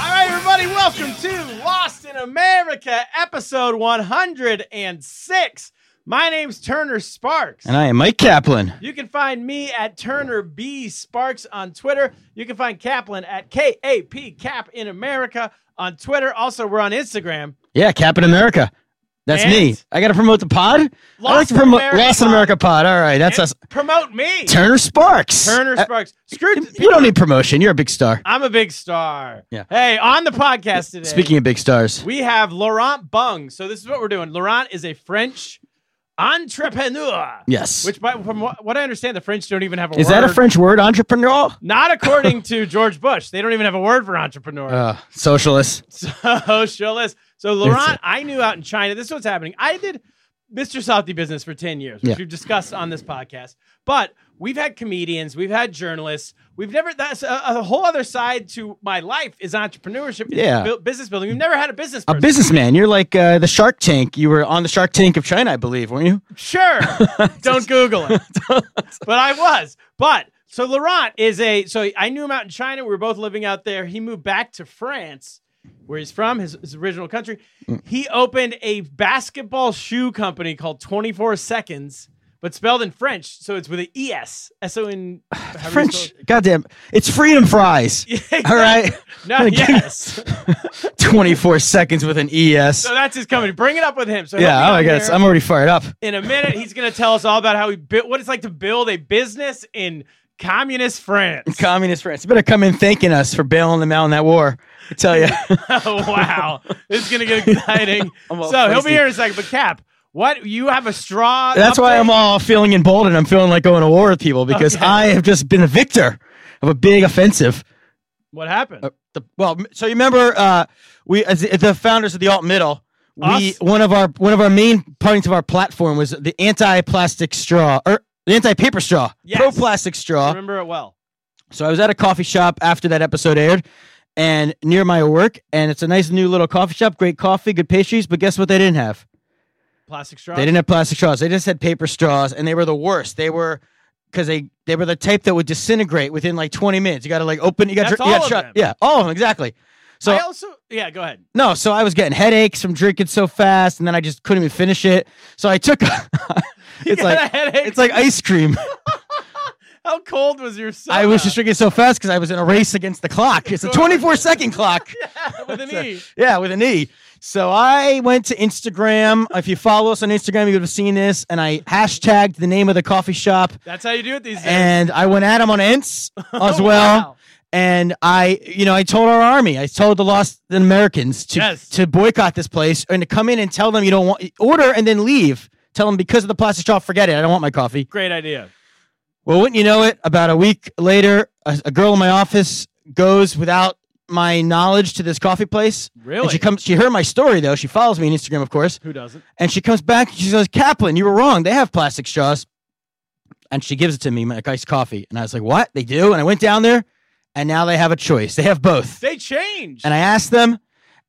All right, everybody, welcome to Lost in America, episode 106. My name's Turner Sparks. And I am Mike Kaplan. you can find me at Turner B Sparks on Twitter. You can find Kaplan at K A P Cap in America on Twitter. Also, we're on Instagram. Yeah, Cap in America. That's me. And- I got to promote the pod. I like Lost to in promote America Lost in pod. America pod. All right, that's And us. Promote me, Turner Sparks. Turner Uh, Sparks. Screw you don't need promotion. You're a big star. I'm a big star. Yeah. Hey, on the podcast today. Speaking of big stars, We have Laurent Bung. So this is what we're doing. Laurent is a French entrepreneur. yes. Which, by, from what, what I understand, the French don't even have a Is word. that a French word, entrepreneur? Not according to George Bush. They don't even have a word for entrepreneur. Uh, socialist. Socialist. So, Laurent, it. I knew out in China. This is what's happening. I did Mr. Softy business for 10 years, which Yeah. we've discussed on this podcast. But we've had comedians, we've had journalists. We've never, that's a, a whole other side to my life is entrepreneurship, is Yeah. bu- business building. We've never had a business A person. businessman. You're like uh, the Shark Tank. You were on the Shark Tank of China, I believe, weren't you? Sure. Don't Google it. but I was. But so Laurent is a so I knew him out in China. We were both living out there. He moved back to France, where he's from, his, his original country. Mm. He opened a basketball shoe company called 24 Seconds, but spelled in French. So it's with E an ES. So in French. Goddamn. It's freedom fries. All right. No, yes. 24 seconds with an ES. so that's his company. Bring it up with him. So he'll be Yeah. Oh, on my God. here. I'm already fired up. in a minute he's going to tell us all about how he built what it's like to build a business in communist france Communist France. You better come in thanking us for bailing them out in that war. I tell you. oh wow it's going to get exciting I'm all so he'll be feisty. here in a second but cap what you have a straw That's why update? I'm all feeling emboldened. I'm feeling like going to war with people because Okay. I have just been a victor of a big offensive. what happened Uh, the- well, m- so you remember uh, we as the, the founders of the alt middle. We Us? one of our one of our main points of our platform was the anti-plastic straw or the anti-paper straw, Yes. pro-plastic I straw. remember it well So I was at a coffee shop after that episode aired and near my work and it's a nice new little coffee shop, great coffee, good pastries, but guess what they didn't have? plastic straw They didn't have plastic straws. They just had paper straws, and they were the worst. They were because they they were the type that would disintegrate within like 20 minutes. You got to like open. You got That's to you all gotta of shut- them. Yeah, all of them exactly. So i also yeah go ahead no, so I was getting headaches from drinking so fast, and then I just couldn't even finish it. So I took. it's You got a like headache it's like ice cream. how cold was your soda? I was just drinking so fast because I was in a race against the clock. It's a 24 second clock. with an e Yeah, with an E. So I went to Instagram. If you follow us on Instagram, you would have seen this. And I hashtagged the name of the coffee shop. that's how you do it these days and I went at him on Ents as Oh, well. wow. And I, you know, I told our army, I told the lost Americans to Yes. to boycott this place and to come in and tell them you don't want order and then leave. Tell them because of the plastic straw, forget it. I don't want my coffee. great idea Well, wouldn't you know it? About a week later, a, a girl in my office goes without my knowledge to this coffee place. Really? And she comes. She heard my story though. She follows me on Instagram, of course. who doesn't And she comes back and she says, Kaplan, you were wrong. They have plastic straws. And she gives it to me, like iced coffee. And I was like, what? They do? And I went down there and now they have a choice. They have both. they changed And I asked them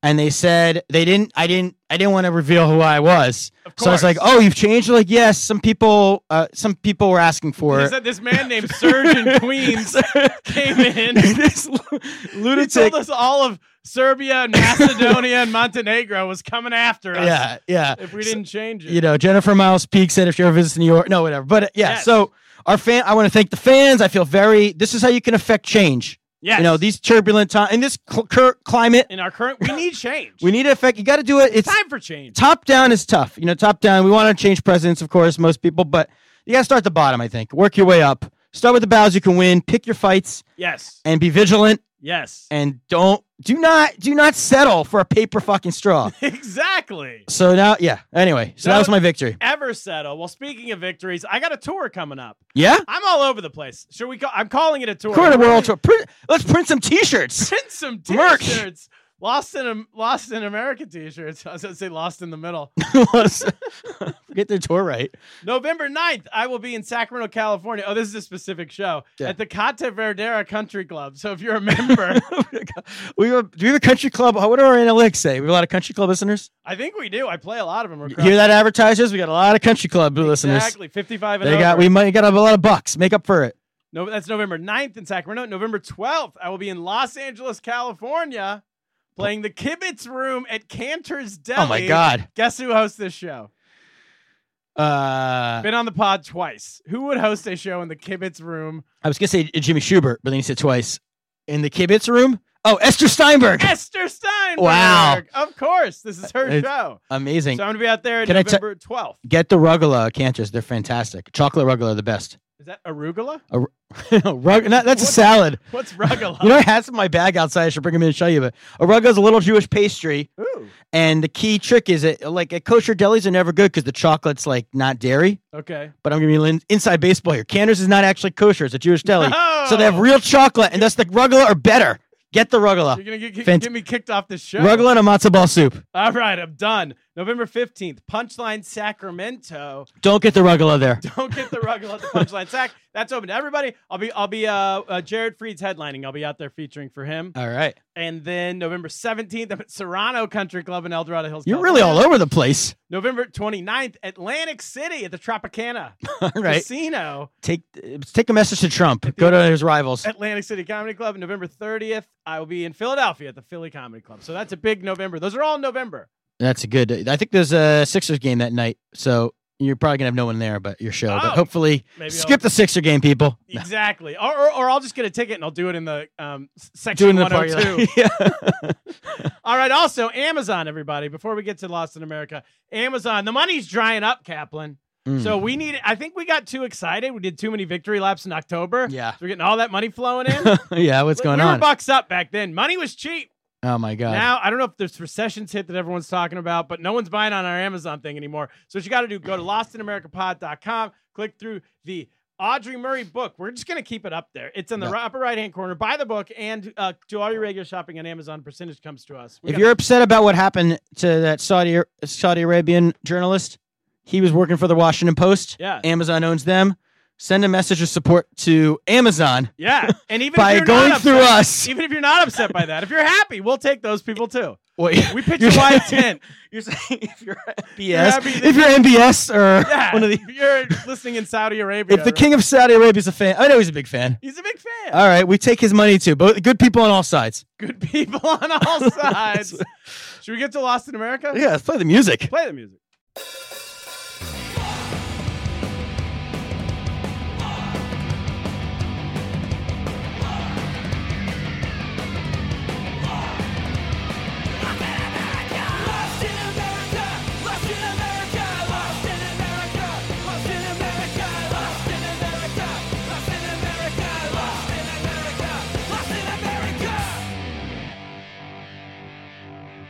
and they said they didn't, I didn't, I didn't want to reveal who I was. Of So I was like, course. oh, you've changed? They're Like, yes, some people, uh, some people were asking for He it. said this man named Serge in Queens came in. This lu- He told lunatic. us all of Serbia and Macedonia and Montenegro was coming after us Yeah, yeah. if we didn't change it. you know, Jennifer Miles Peak said if you ever visit New York, no, whatever. But uh, yeah, Yes. so our fan, I want to thank the fans. I feel very. This is how you can affect change. yes. You know, these turbulent times in this cl- cur- climate, in our current, we need change. we need to affect. You got to do it. It's time for change. top down is tough. You know, top down. We want to change presidents, of course, most people, but you got to start at the bottom. I think work your way up. Start with the battles you can win. Pick your fights Yes. and be vigilant. Yes. and don't do not do not settle for a paper fucking straw. exactly. so now, yeah. Anyway, so that was my victory. Ever settle. Well, speaking of victories, I got a tour coming up. Yeah, I'm all over the place. Should we call I'm calling it a tour. Corner I'm World really- Tour. Print, let's print some T-shirts. Print some Merch. t-shirts. Lost in Am- Lost in America t-shirts. I was gonna say lost in the middle. Get their tour right. November 9th, I will be in Sacramento, California. Oh, this is a specific show Yeah. at the Cata Verdera Country Club. So if you're a member, we have, do we have a country club? What do our analytics say? We have a lot of country club listeners. I think we do. I play a lot of them. You hear that, advertisers? We got a lot of country club listeners. Exactly. 55 and They got over. we might got a lot of bucks. Make up for it. No, that's November 9th in Sacramento. November 12th, I will be in Los Angeles, California, playing the Kibitz Room at Cantor's Deli. Oh my God. Guess who hosts this show? Uh, Been on the pod twice. Who would host a show in the Kibitz Room? I was gonna say Jimmy Schubert, but then you said twice. In the kibitz room. Oh, Esther Steinberg. Esther Steinberg. Wow. Of course. This is her It's- show. Amazing. So I'm going to be out there Can I te- November 12th. Get the rugula canters. They're fantastic. Chocolate rugula, are the best. Is that arugula? no, rug, no, that's a What? salad. What's rugula? You know, I had some in my bag outside. I should bring them in and show you. But a rugula is a little Jewish pastry, Ooh. and the key trick is it like at kosher delis are never good because the chocolate's like not dairy. Okay. But I'm gonna be in- inside baseball here. Canters is not actually kosher. It's a Jewish deli, so they have Oh! real chocolate, and thus the rugula are better. Get the rugula. You're going to get, Fant- get me kicked off this show. Rugula and a matzo ball soup. All right, I'm done. November 15th, Punchline Sacramento. Don't get the rugula there. Don't get the rug at the punchline sack. That's open to everybody. I'll be I'll be uh, uh Jared Freed's headlining. I'll be out there featuring for him. All right, And then November 17th, I'm at Serrano Country Club in El Dorado Hills. you're really all California. over the place. November 29th, Atlantic City at the Tropicana All right, Casino, take take a message to Trump. Go to his rivals. Atlantic City Comedy Club. And November 30th, I will be in Philadelphia at the Philly Comedy Club. So that's a big November. Those are all November. That's a good. I think there's a Sixers game that night, so you're probably gonna have no one there but your show. Oh, but hopefully, maybe skip I'll- the Sixer game, people. No, Exactly. Or, or, or I'll just get a ticket and I'll do it in the um, s- do it section in the party. 102. lot. yeah. All right. Also, Amazon, everybody. Before we get to Lost in America, Amazon, the money's drying up, Kaplan. Mm. So we need. I think we got too excited. We did too many victory laps in October. Yeah. So we're getting all that money flowing in. yeah, what's going we on? were bucks up back then. Money was cheap. oh my god. Now I don't know if there's recessions hit that everyone's talking about, but no one's buying on our Amazon thing anymore. So what you got to do, go to lostinamericapod.com, click through the Audrey Murray book. We're just gonna keep it up there. It's in the Yeah. upper right hand corner. Buy the book and uh, do all your regular shopping on Amazon. Percentage comes to us. We if got- you're upset about what happened to that Saudi Saudi Arabian journalist, he was working for the Washington Post. yeah. Amazon owns them. Send a message of support to Amazon. Yeah, and even By if you're going not through upset- us. even if you're not upset by that, if you're happy, we'll take those people too. Wait, We pitch a wide tent. You're saying if you're MBS, happy that- if you're MBS or Yeah, one of the, if you're listening in Saudi Arabia. if the king of Saudi Arabia's a fan, I know he's a big fan. he's a big fan. All right, we take his money too. Both good people on all sides. Good people on all sides. Should we get to Lost in America? Yeah, let's play the music. Play the music.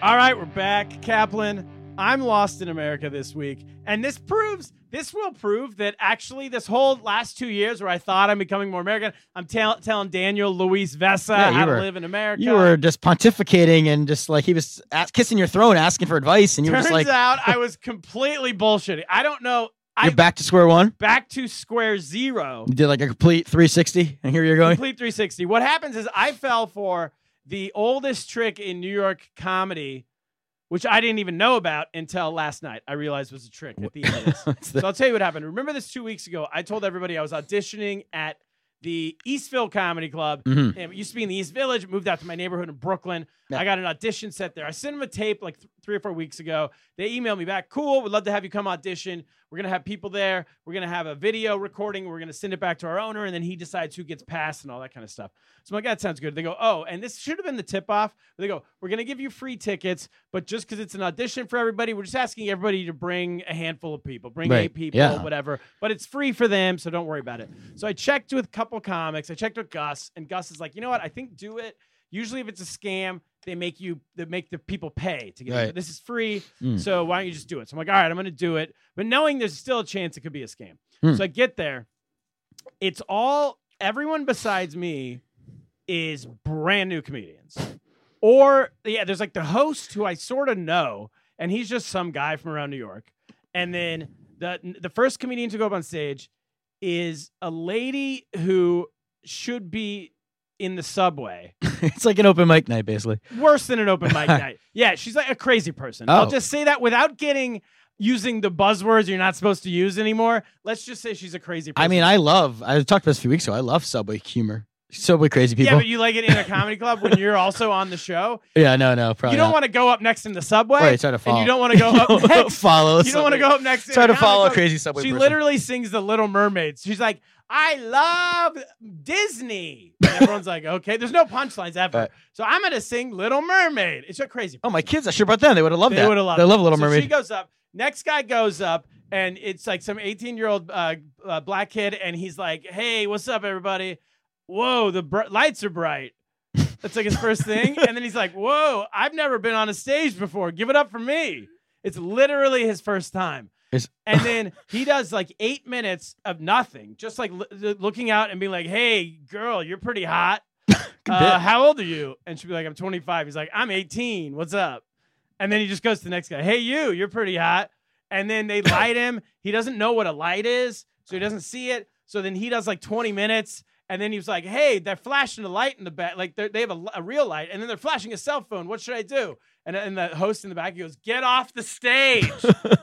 All right, we're back, Kaplan. I'm lost in America this week, and this proves this will prove that actually this whole last two years where I thought I'm becoming more American, I'm tell telling Daniel Luis Vesa Yeah, you how were- to live in America. You were just pontificating and just like he was a- kissing your throne, asking for advice, and you were Turns just like, out I was completely bullshitting. I don't know. I "You're back to square one." back to square zero. You did like a complete 360, and here you're going. Complete 360. What happens is I fell for the oldest trick in New York comedy, which I didn't even know about until last night. I realized was a trick at the end of this. It's the- so I'll tell you what happened. Remember this two weeks ago? I told everybody I was auditioning at the Eastville Comedy Club. Mhm. And it used to be in the East Village. Moved out to my neighborhood in Brooklyn. Yeah. I got an audition set there. I sent them a tape like th- three or four weeks ago. They emailed me back. Cool. We'd love to have you come audition. We're gonna have people there. We're gonna have a video recording. We're gonna send it back to our owner, and then he decides who gets passed and all that kind of stuff. So I'm like, that sounds good. They go, oh, and this should have been the tip off. They go, we're gonna give you free tickets, but just because it's an audition for everybody, we're just asking everybody to bring a handful of people, bring Right. eight people, Yeah. whatever. But it's free for them, so don't worry about it. So I checked with a couple comics. I checked with Gus, and Gus is like, you know what? I think do it. Usually, if it's a scam, they make you they make the people pay to get it. Right. But This is free, Mm. so why don't you just do it? So I'm like, all right, I'm gonna do it, but knowing there's still a chance it could be a scam. Hmm. So I get there. It's all everyone besides me is brand new comedians, or yeah, there's like the host who I sort of know, and he's just some guy from around New York. And then the the first comedian to go up on stage is a lady who should be in the subway it's like an open mic night, basically. worse than an open mic night. Yeah, she's like a crazy person. I'll Oh. just say that without getting using the buzzwords you're not supposed to use anymore. Let's just say she's a crazy person. I mean, I love. I talked about this a few weeks ago. I love subway humor. Subway crazy yeah, people. but you like it in a comedy club when you're also on the show. Yeah, no, no, probably. you don't not. want to go up next in the subway, Right, try to follow. and you don't want to go up next. follow. You don't want to somebody. go up next. in Try a to comedy follow a club. crazy subway. She person. literally sings the Little Mermaids. She's like, I love Disney. And everyone's like, okay. There's no punchlines ever. Right. So I'm gonna sing Little Mermaid. It's a crazy. Oh, my kids! I sure brought them. They would have loved They that. would have loved. They it. love Little so Mermaid. She goes up. Next guy goes up, and it's like some 18 year old uh, uh, black kid, and he's like, "Hey, what's up, everybody? Whoa, the br- lights are bright." That's like his first thing, and then he's like, "Whoa, I've never been on a stage before. Give it up for me." It's literally his first time. It's- And then he does like eight minutes of nothing, just like l- looking out and being like, "Hey, girl, you're pretty hot. Uh, bit. how old are you?" And she'd be like, "I'm 25." He's like, "I'm 18. What's up?" And then he just goes to the next guy. Hey, you, you're pretty hot. And then they light him. He doesn't know what a light is, so he doesn't see it. So then he does like 20 minutes. And then he was like, hey, they're flashing a light in the back. Like they're- they have a, li- a real light. And then they're flashing a cell phone. What should I do? And, and the host in the back, he goes, get off the stage.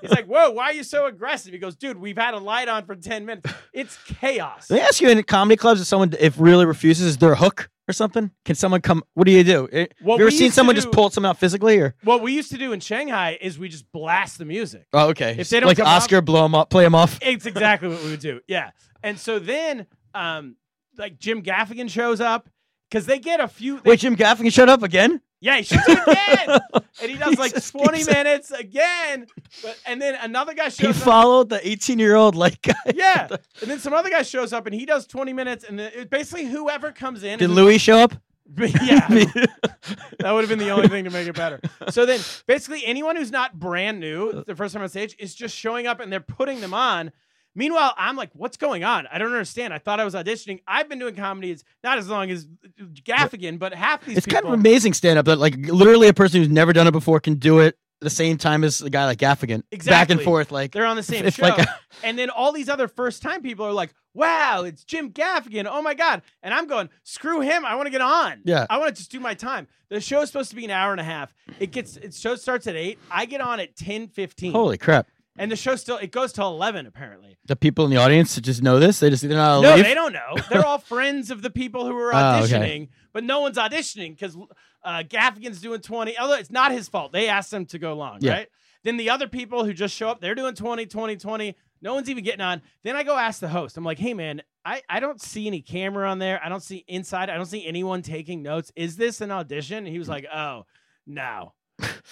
He's like, whoa, why are you so aggressive? He goes, dude, we've had a light on for 10 minutes. It's chaos. They ask you in comedy clubs if someone if really refuses, is there a hook or something? Can someone come? What do you do? Eh, What Have you ever we seen used to someone do- just pull someone out physically or? What we used to do in Shanghai is we just blast the music. Oh, okay. If they don't like come Oscar, blow him up, play him off. It's exactly what we would do. Yeah. And so then, um, like Jim Gaffigan shows up because they get a few. They, Wait, Jim Gaffigan showed up again. yeah, he shoots again, and he does He like just twenty keeps- minutes again. But and then another guy He shows up. followed the 18 year old like guy. Yeah, and then some other guy shows up, and he does twenty minutes, and then it, basically whoever comes in. Did and- Louis show up? yeah, that would have been the only thing to make it better. So then, basically, anyone who's not brand Uh. new, the first time on stage, is just showing up and they're putting them on. Meanwhile, I'm like, what's going on? I don't understand. I thought I was auditioning. I've been doing comedy as not as long as Gaffigan, but half these It's people. kind of amazing stand up that like literally a person who's never done it before can do it the same time as a guy like Gaffigan. Back and Exactly. forth, like They're on the same If, show. like, and then all these other first time people are like, wow, it's Jim Gaffigan. Oh my God. And I'm going, screw him. I want to get on. Yeah. I want to just do my time. The show's supposed to be an hour and a half. It gets it show starts at eight. I get on at ten fifteen. holy crap. And the show still it goes till eleven apparently. The people in the audience that just know this. They just they're not allowed to No, leave. they don't know. They're all friends of the people who are Oh, auditioning, okay. but no one's auditioning because uh, Gaffigan's doing 20. Although it's not his fault. They asked him to go long, Yeah. right? Then the other people who just show up, they're doing 20, 20, 20. No one's even getting on. Then I go ask the host. I'm like, hey, man, I, I don't see any camera on there. I don't see inside. I don't see anyone taking notes. Is this an audition? And he Mm. was like, oh, no.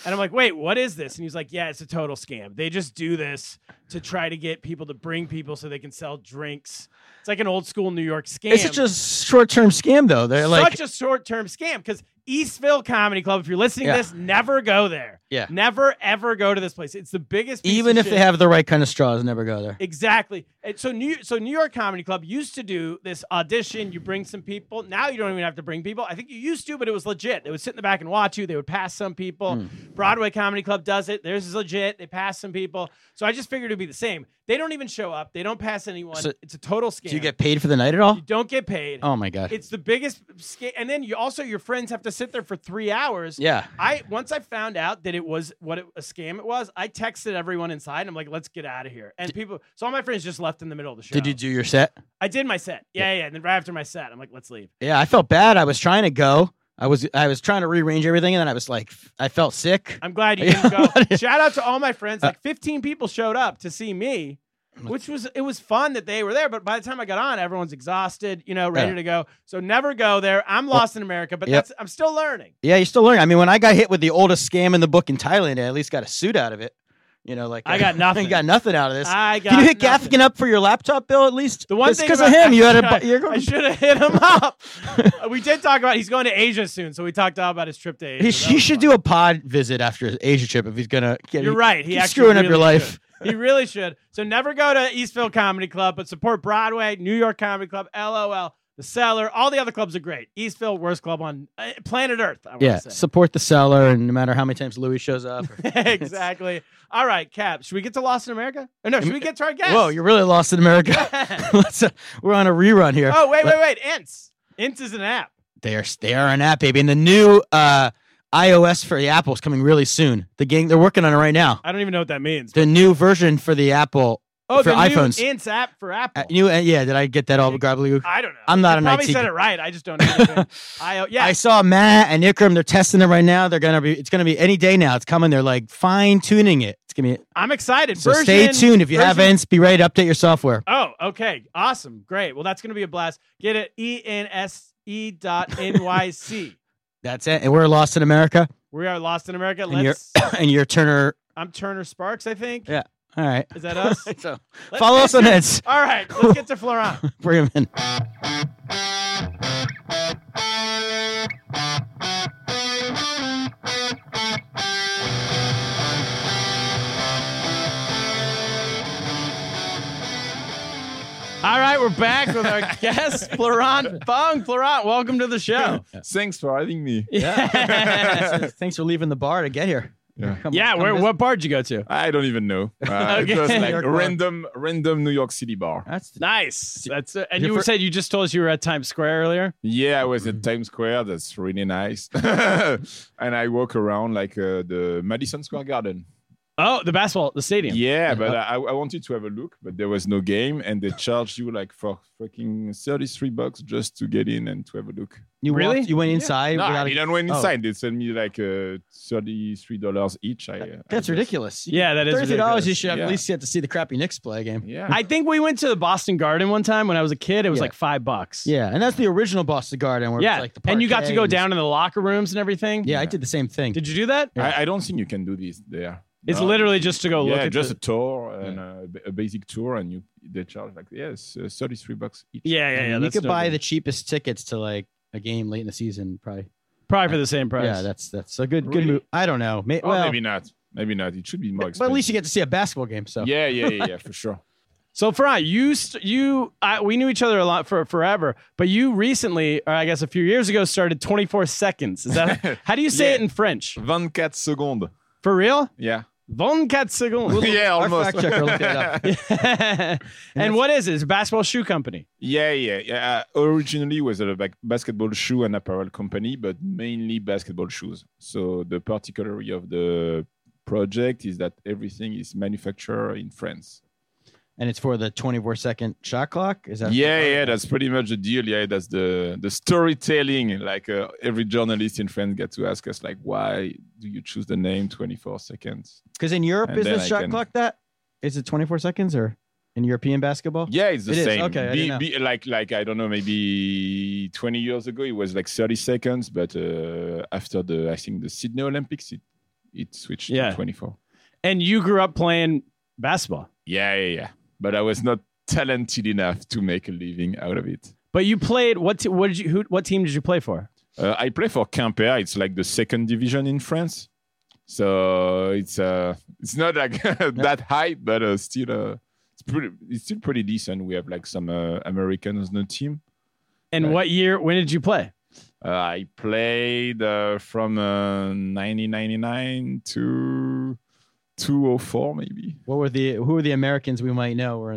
And I'm like, wait, what is this? And he's like, yeah, it's a total scam. They just do this to try to get people to bring people so they can sell drinks. It's like an old school New York scam. It's such a short term scam though. They're like such a short term scam because Eastville Comedy Club, if you're listening Yeah. to this, never go there. Yeah. Never, ever go to this place. It's the biggest piece even of if shit. they have the right kind of straws, never go there. Exactly. And so New so New York Comedy Club used to do this audition. You bring some people. Now you don't even have to bring people. I think you used to, but it was legit. They would sit in the back and watch you. They would pass some people. Hmm. Broadway Comedy Club does it. Theirs is legit. They pass some people. So I just figured it'd be the same. They don't even show up. They don't pass anyone. So- it's a total scam. Do you get paid for the night at all? You don't get paid. Oh my god. It's the biggest scam. And then you also your friends have to sit there for three hours. yeah. I once I found out that it was what it, a scam it was. I texted everyone inside. I'm like, let's get out of here. And people, so all my friends just left in the middle of the show. Did you do your set? I did my set. Yeah, yeah. And then right after my set, I'm like, let's leave. Yeah, I felt bad. I was trying to go. I was I was trying to rearrange everything, and then I was like, I felt sick. I'm glad you Yeah, didn't go. what- Uh Shout out to all my friends. Like 15 people showed up to see me, which was it was fun that they were there. But by the time I got on, everyone's exhausted, you know, ready Yeah. to go. So never go there. I'm lost in America, but Yep. that's I'm still learning. Yeah, you're still learning. I mean, when I got hit with the oldest scam in the book in Thailand, I at least got a suit out of it. You know, like I got nothing. got nothing out of this. I got Can you hit nothing. Gaffigan up for your laptop bill at least? The one It's thing because of about- him, you had a. bu- You're I going. should have hit him up. we did talk about he's going to Asia soon, so we talked all about his trip to Asia. He, That he was should fun. do a pod visit after his Asia trip if he's gonna. Get, You're right. He keep actually screwing up your really life. should. He really should. So never go to Eastville Comedy Club, but support Broadway, New York Comedy Club, LOL, The Cellar. All the other clubs are great. Eastville, worst club on uh, planet Earth. I wanna Yeah, say. support the seller, and no matter how many times Louis shows up. exactly. All right, Cap. Should we get to Lost in America? Or no, should we get to our guest? Whoa, you're really lost in America. Let's, uh, we're on a rerun here. oh wait, wait, wait. Ints. Ints is an app. They are they are an app, baby, and the new uh, iOS for the Apple's coming really soon. The gang they're working on it right now. I don't even know what that means. The new version for the Apple. Oh, for the iPhones. new Ints app for Apple. Uh, you uh, yeah, did I get that all gobbledygook? I don't know. I'm not You an probably IT said guy. it right. I just don't. know anything. I oh, yeah. I saw Matt and Ikram. They're testing it right now. They're gonna be. It's gonna be any day now. It's coming. They're like fine tuning it. It's gonna be. I'm excited. So version, stay tuned. If you version- haven't, be ready to update your software. Oh, okay. Awesome. Great. Well, that's going to be a blast. Get it. E N S E dot N Y C. That's it. And we're lost in America. We are Lost in America. And you're- Let's. And you're Turner. I'm Turner Sparks, I think. Yeah. All right. Is that us? so Let's follow get us on to- Eds. All right. Let's get to Florent. Bring him in. All right. We're back with our guest, Florent Fung. Florent, welcome to the show. Oh, Thanks for having me. Yeah. Thanks for leaving the bar to get here. Yeah. Come- yeah. come Where, visit. what bar did you go to? I don't even know. Uh, Okay. It was New like York a bar. random, random New York City bar. That's Nice. That's uh, and Your you fir- said you just told us you were at Times Square earlier. Yeah, I was at Times Square. That's really nice. and I walk around like uh, the Madison Square Garden. Oh, the basketball, the stadium. Yeah, but I, I wanted to have a look, but there was no game, and they charged you like for fucking thirty-three bucks just to get in and to have a look. you Really? walked- you went inside No, I without. A, didn't went oh. inside. They sent me like uh, thirty-three dollars each. I, uh, that's I just- ridiculous. Yeah, that is Thirty ridiculous. dollars. You should have at Yeah. least get to see the crappy Knicks play a game. Yeah, I think we went to the Boston Garden one time when I was a kid. It was Yeah. like five bucks. Yeah, and that's the original Boston Garden where yeah. it's like the and you got to go parquet down in the locker rooms and everything. and- Yeah, I did the same thing. Did you do that? I, I don't think you can do this there. It's No. literally just Oh, to go yeah, look at just the- a tour and uh, b- a, basic tour, and you they charge like yes, uh, thirty-three bucks each. yeah, yeah, yeah. you that's could no buy good. the cheapest tickets to like a game late in the season, probably. probably for the same price. Yeah, that's that's a good good Really? move. I don't know. May, Oh, well, maybe not. Maybe not. It should be more expensive. but at least you get to see a basketball game. So Yeah, yeah, yeah, yeah, for sure. so Fry, you st- you I, we knew each other a lot for forever, but you recently, or I guess a few years ago, started 24 seconds. Is that how do you say Yeah. it in French? 24 secondes. For real? Yeah. 24 secondes. yeah, our almost. fact checker looked it up. and what is it? It's a basketball shoe company. Yeah, yeah, yeah. Uh, originally was a like, basketball shoe and apparel company, but mainly basketball shoes. So the particularity of the project is that everything is manufactured in France. And it's for the 24 second shot clock. Is that yeah, yeah, that's pretty much the deal. Yeah, that's the the storytelling. Like uh, every journalist in France get to ask us, like, why do you choose the name 24 seconds? Because in Europe, And is then the I shot can- clock that? Is it 24 seconds or in European basketball? Yeah, it's the It is, same. okay, I Be- didn't know. be- like, like I don't know, maybe 20 years ago it was like 30 seconds, but uh, after the I think the Sydney Olympics, it it switched Yeah. to 24. And you grew up playing basketball, Yeah, yeah, yeah. But I was not talented enough to make a living out of it. but you played what? T- what did you? Who? What team did you play for? Uh, I play for Quimper. It's like the second division in France. So it's uh it's not like that high, but uh, still uh, it's pretty it's still pretty decent. We have like some uh, Americans on the team. And Right. what year? When did you play? Uh, I played uh, from uh, 1999 to 204 maybe. What were the who are the Americans we might know or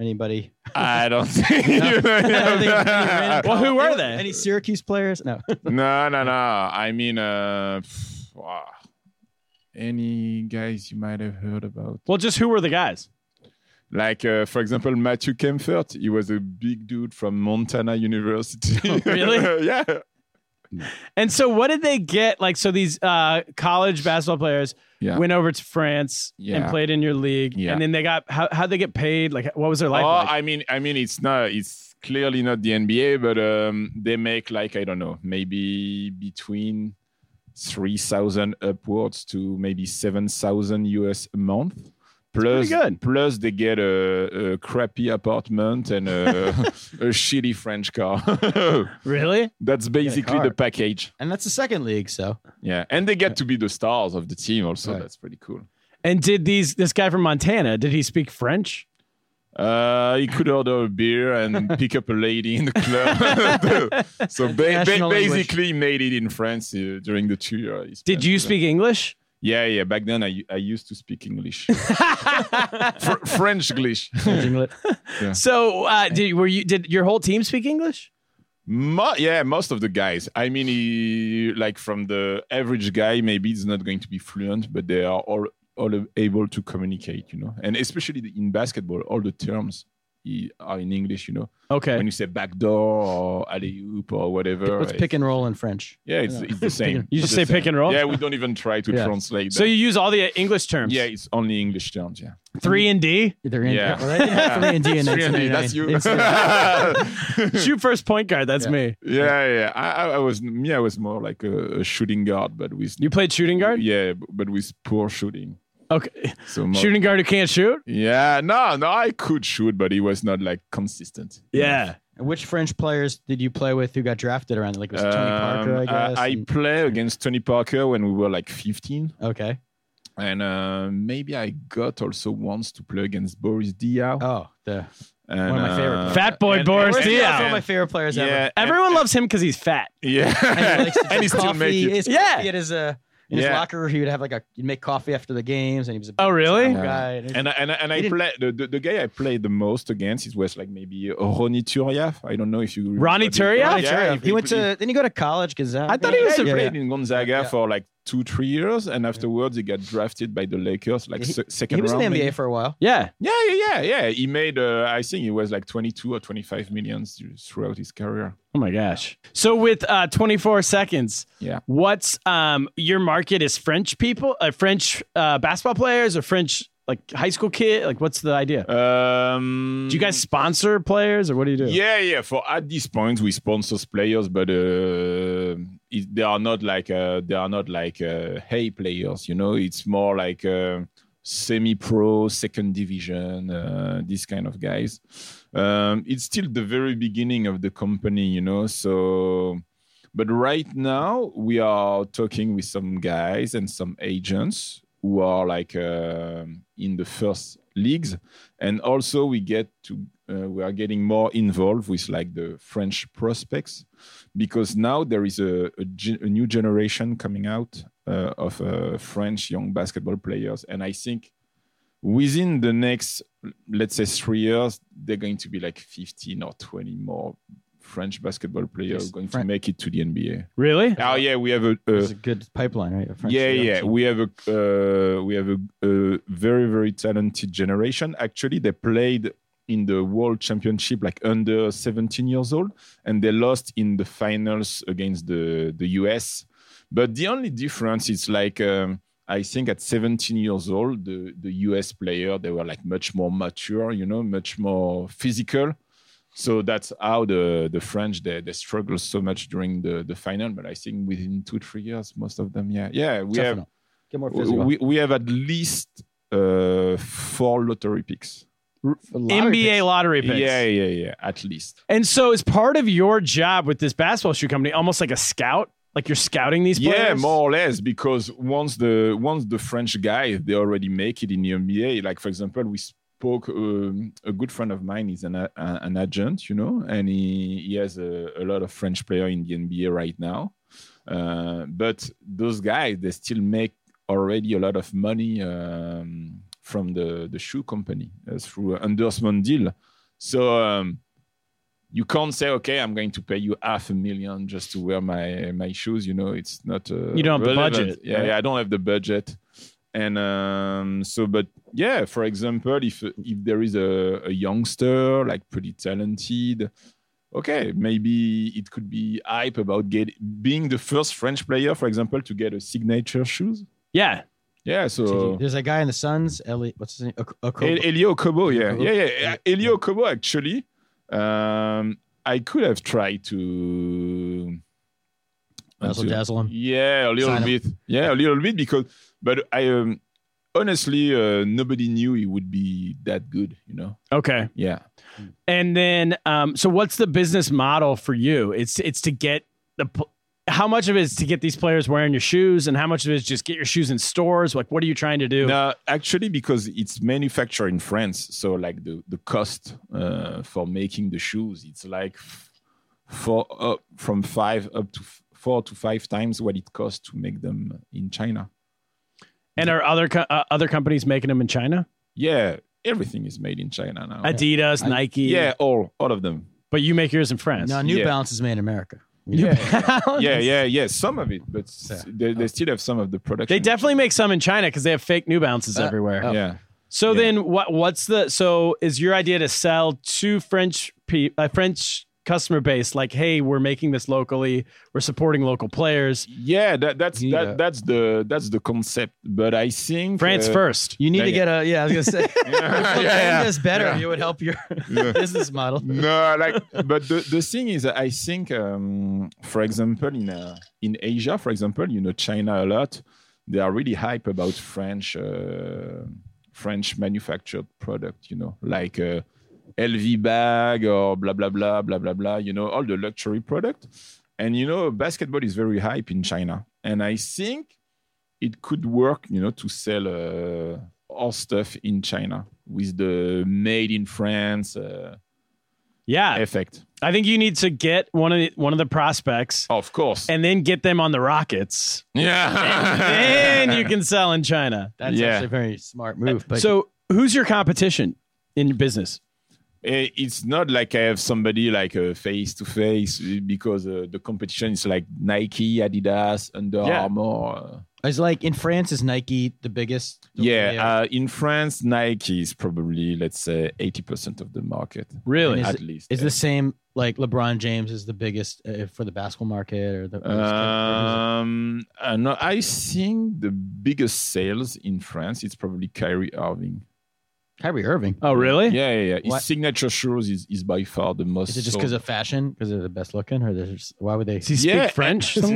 anybody? I don't think. you I think any know, random- Well, who were they? Any Syracuse players? No. no, no, no. I mean, uh, pff, wow. any guys you might have heard about. Well, just who were the guys? Like, uh, for example, Matthew Kempfert, he was a big dude from Montana University. really? yeah. And so, what did they get? Like, so these uh, college basketball players Yeah. went over to France and Yeah. played in your league, Yeah. and then they got how how they get paid? Like, what was their life oh, like? I mean, I mean, it's not, it's clearly not the NBA, but um, they make like, I don't know, maybe between 3,000 upwards to maybe 7,000 US a month. Plus, good. plus they get a, a crappy apartment and a, a shitty French car. Really? That's basically car. the package. And that's the second league, so Yeah, and they get to be the stars of the team. Also, Right. that's pretty cool. And did these this guy from Montana? Did he speak French? Uh, you could order a beer and pick up a lady in the club. so ba- ba- National English. basically, made it in France uh, during the two years. Did he spent you there. speak English? Yeah, yeah. Back then, I, I used to speak English, Fr- French English. So uh, did were you did your whole team speak English? Mo- yeah, most of the guys. I mean, he, like from the average guy, maybe it's not going to be fluent, but they are all all able to communicate, you know. And especially the- in basketball, all the terms i- are in English, you know. Okay. When you say backdoor or alley oop or whatever, let's it- pick and roll in French. Yeah, it's, it's the same. You It's just the say pick same. and roll? Yeah, we don't even try to Yeah. translate. so that. you use all the English terms. yeah, it's only English terms. Yeah. Three and D. They're in Yeah. well, they didn't have three and D in Three and D, 1999. that's you. Shoot first point guard. That's Yeah. me. Yeah, yeah. I, I I was me. I was more like a, a shooting guard, but with You played shooting guard. yeah, b- but with poor shooting. Okay. So more, Shooting guard who can't shoot. Yeah, no, no. I could shoot, but it was not like consistent. Yeah. And Which French players did you play with who got drafted around? Like was it Tony Parker, I Um, guess. I, and- play against Tony Parker when we were like 15, okay. and uh, maybe I got also once to play against Boris Diaw. Oh, the and, one of my favorite uh, players. Fat boy and- Boris and- Diaw. That's one and- of my favorite players Yeah, ever. and- Everyone loves him because he's fat. And he Yeah, likes to drink still coffee. make it. His, Yeah. he had his, uh, in his Yeah. locker, he would have like a he'd make coffee after the games, and he was a Oh really? big guy. And And I- and I- and I didn't- play the, the the guy I played the most against. It was like maybe Ronnie Turiaf. I don't know if you remember Ronnie this- Turiaf? Ronnie Cheriv, Yeah, he went to didn't he go to college? Gonzaga. I thought he was He a- yeah. played in Gonzaga Yeah. for like two, three years, and afterwards he got drafted by the Lakers, like He- se- second He was in the round. NBA maybe. for a while. Yeah. Yeah, yeah, yeah, yeah. He made, uh, I think, it was like 22 or 25 millions throughout his career. Oh my gosh. So with uh, 24 seconds, Yeah. What's um your market is French people, uh, French uh, basketball players, or French like high school kid? Like what's the idea? Um, Do you guys sponsor players, or what do you do? Yeah, yeah. For at this point, we sponsors players, but uh, it, they are not like uh, they are not like uh, hey players. You know, it's more like uh, semi-pro, second division, uh, these kind of guys. Um, it's still the very beginning of the company, you know. So, but right now we are talking with some guys and some agents who are like um in the first leagues and also we get to uh, we are getting more involved with like the french prospects because now there is a, a ge- a new generation coming out uh, of uh, french young basketball players and i think within the next let's say three years they're going to be like 15 or 20 more french basketball players Yes, going to Fran- make it to the nba Really? oh yeah we have a, It a was a good pipeline, right? of French yeah, players. yeah, we have a uh, we have a, a very very talented generation. Actually, they played in the World Championship like under 17 years old, and they lost in the finals against the the US. But the only difference is like um, I think at 17 years old, the the US player they were like much more mature, you know, much more physical. So that's how the, the French they, they struggle so much during the, the final. But I think within two three years, most of them, yeah, yeah, we Toughen have up. Get more physical. we, we have at least uh, four lottery picks. NBA Lottery picks. lottery picks. Yeah, yeah, yeah, at least. And so is part of your job with this basketball shoe company almost like a scout? Like you're scouting these players? Yeah, more or less, because once the once the French guys they already make it in the NBA. Like for example, we spoke. Um, a good friend of mine is an a, an agent, you know, and he he has a, a lot of French player in the NBA right now. Uh, but those guys they still make already a lot of money um, from the the shoe company uh, through endorsement deal. So. Um, you can't say okay i'm going to pay you half a million just to wear my my shoes you know it's not uh, You don't have the relevant. budget, yeah, right? yeah i don't have the budget and um so but yeah for example if if there is a, a youngster like pretty talented okay maybe it could be hype about get being the first french player for example to get a signature shoes Yeah. yeah so There's a guy in the Suns, Ellie. What's his name? Ok- Okobo. El- Elio Kobo, yeah. Kobo. Yeah, yeah. Elio Kobo, actually, um, I could have tried to. Razzle dazzle him. Yeah, a little Sign him. bit. Yeah, a little bit because, but I um, honestly, uh, nobody knew he would be that good. You know. Okay. Yeah. And then, um, so what's the business model for you? It's it's to get the pl- how much of it is to get these players wearing your shoes, and how much of it is just get your shoes in stores? Like, what are you trying to do? No, actually, because it's manufactured in France, so like the the cost uh, for making the shoes, it's like f- four up from five up to f- four to five times what it costs to make them in China. And are other co- uh, other companies making them in China? Yeah, everything is made in China now. Adidas, I- Nike. Oh, yeah, all all of them. But you make yours in France. No, New Yeah. Balance is made in America. Yeah, yeah, yeah, yeah. Some of it, but s- they, they still have some of the production. They definitely make some in China because they have fake New Balances Uh, everywhere. oh. Yeah. So Yeah. then, what what's the so is your idea to sell to French pe- uh, French customer base like, hey, we're making this locally, we're supporting local players. Yeah, that, that's Yeah. that that's the that's the concept. But I think France uh, first. You need Yeah, to get yeah. a yeah. I was gonna say, yeah, if yeah. this better, it would help your Yeah. business model. no like but the, the thing is i think um, for example in uh, in asia for example you know china a lot they are really hype about french uh, french manufactured product you know like uh, lv bag or blah blah blah blah blah blah you know all the luxury product and you know basketball is very hype in china and i think it could work you know to sell uh, all stuff in china with the made in france uh, Yeah, effect I think you need to get one of the, one of the prospects Of course. and then get them on the Rockets, yeah. and you can sell in China. That's Yeah. Uh, actually a very smart move. But so who's your competition in your business? Eh, it's not like I have somebody like uh, face to face eh, because uh, the competition is like Nike, Adidas, Under Yeah. Armour. uh, it's like in France, is Nike the biggest? yeah. Uh, in France, Nike is probably, let's say, 80% of the market. Really? And At least. is yeah. the same like LeBron James is the biggest uh, for the basketball market or the? or is- or is Um, uh, no, I think the biggest sales in France it's probably Kyrie Irving. it Kyrie Irving. uh, Oh, really? Yeah, yeah, yeah. His What? signature shoes is, is by far the most. Is it just sold. because of fashion? Because they're the best looking, or they're just, why would they? Does he Yeah. speak French? No, no.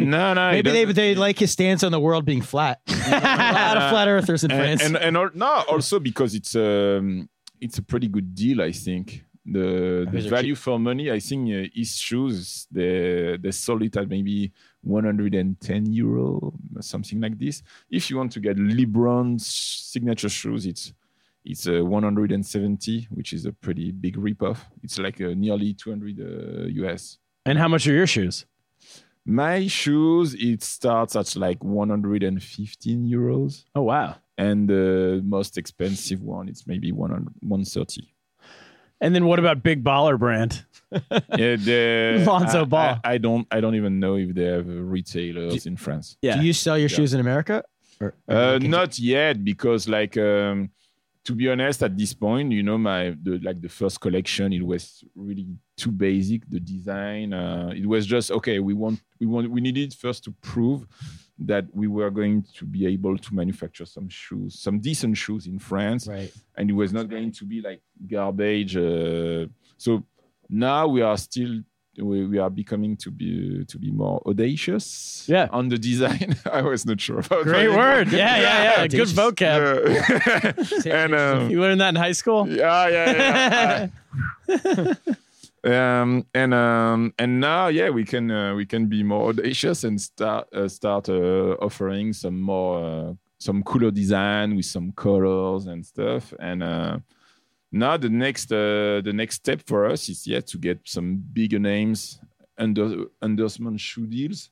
he Maybe they doesn't- they like his stance on the world being flat. a lot of flat earthers in and France. and, and al- no, also because it's um it's a pretty good deal, I think. The the Those are value for money, I think uh, his shoes they they sold it at maybe 110 euro, something like this. If you want to get LeBron's signature shoes, it's it's uh, 170, which is a pretty big ripoff. It's like uh, nearly 200 uh, US. and how much are your shoes? My shoes, it starts at like 115 euros Oh wow. and the most expensive one it's maybe 100, 130 And then what about Big Baller Brand? yeah, the, Lonzo I- Ball. I, I don't i don't even know if they have uh, retailers in france Yeah. Do you sell your shoes in America? Or, or uh, you can- not yet because like um to be honest at this point you know my the, like the first collection it was really too basic the design uh, it was just okay we want we want we needed first to prove that we were going to be able to manufacture some shoes some decent shoes in france right. and it was not going to be like garbage. Uh, so now we are still we, we are becoming to be to be more audacious. Yeah. on the design, I was not sure. About Great word. Yeah, yeah, yeah. Good Audacious. vocab. Yeah. and um, You learned that in high school? yeah, yeah, yeah. I- um, and um, and now, yeah, we can uh, we can be more audacious and start uh, start uh, offering some more uh, some cooler design with some colors and stuff. And uh, now the next uh, the next step for us is yeah to get some bigger names under endorsement shoe deals,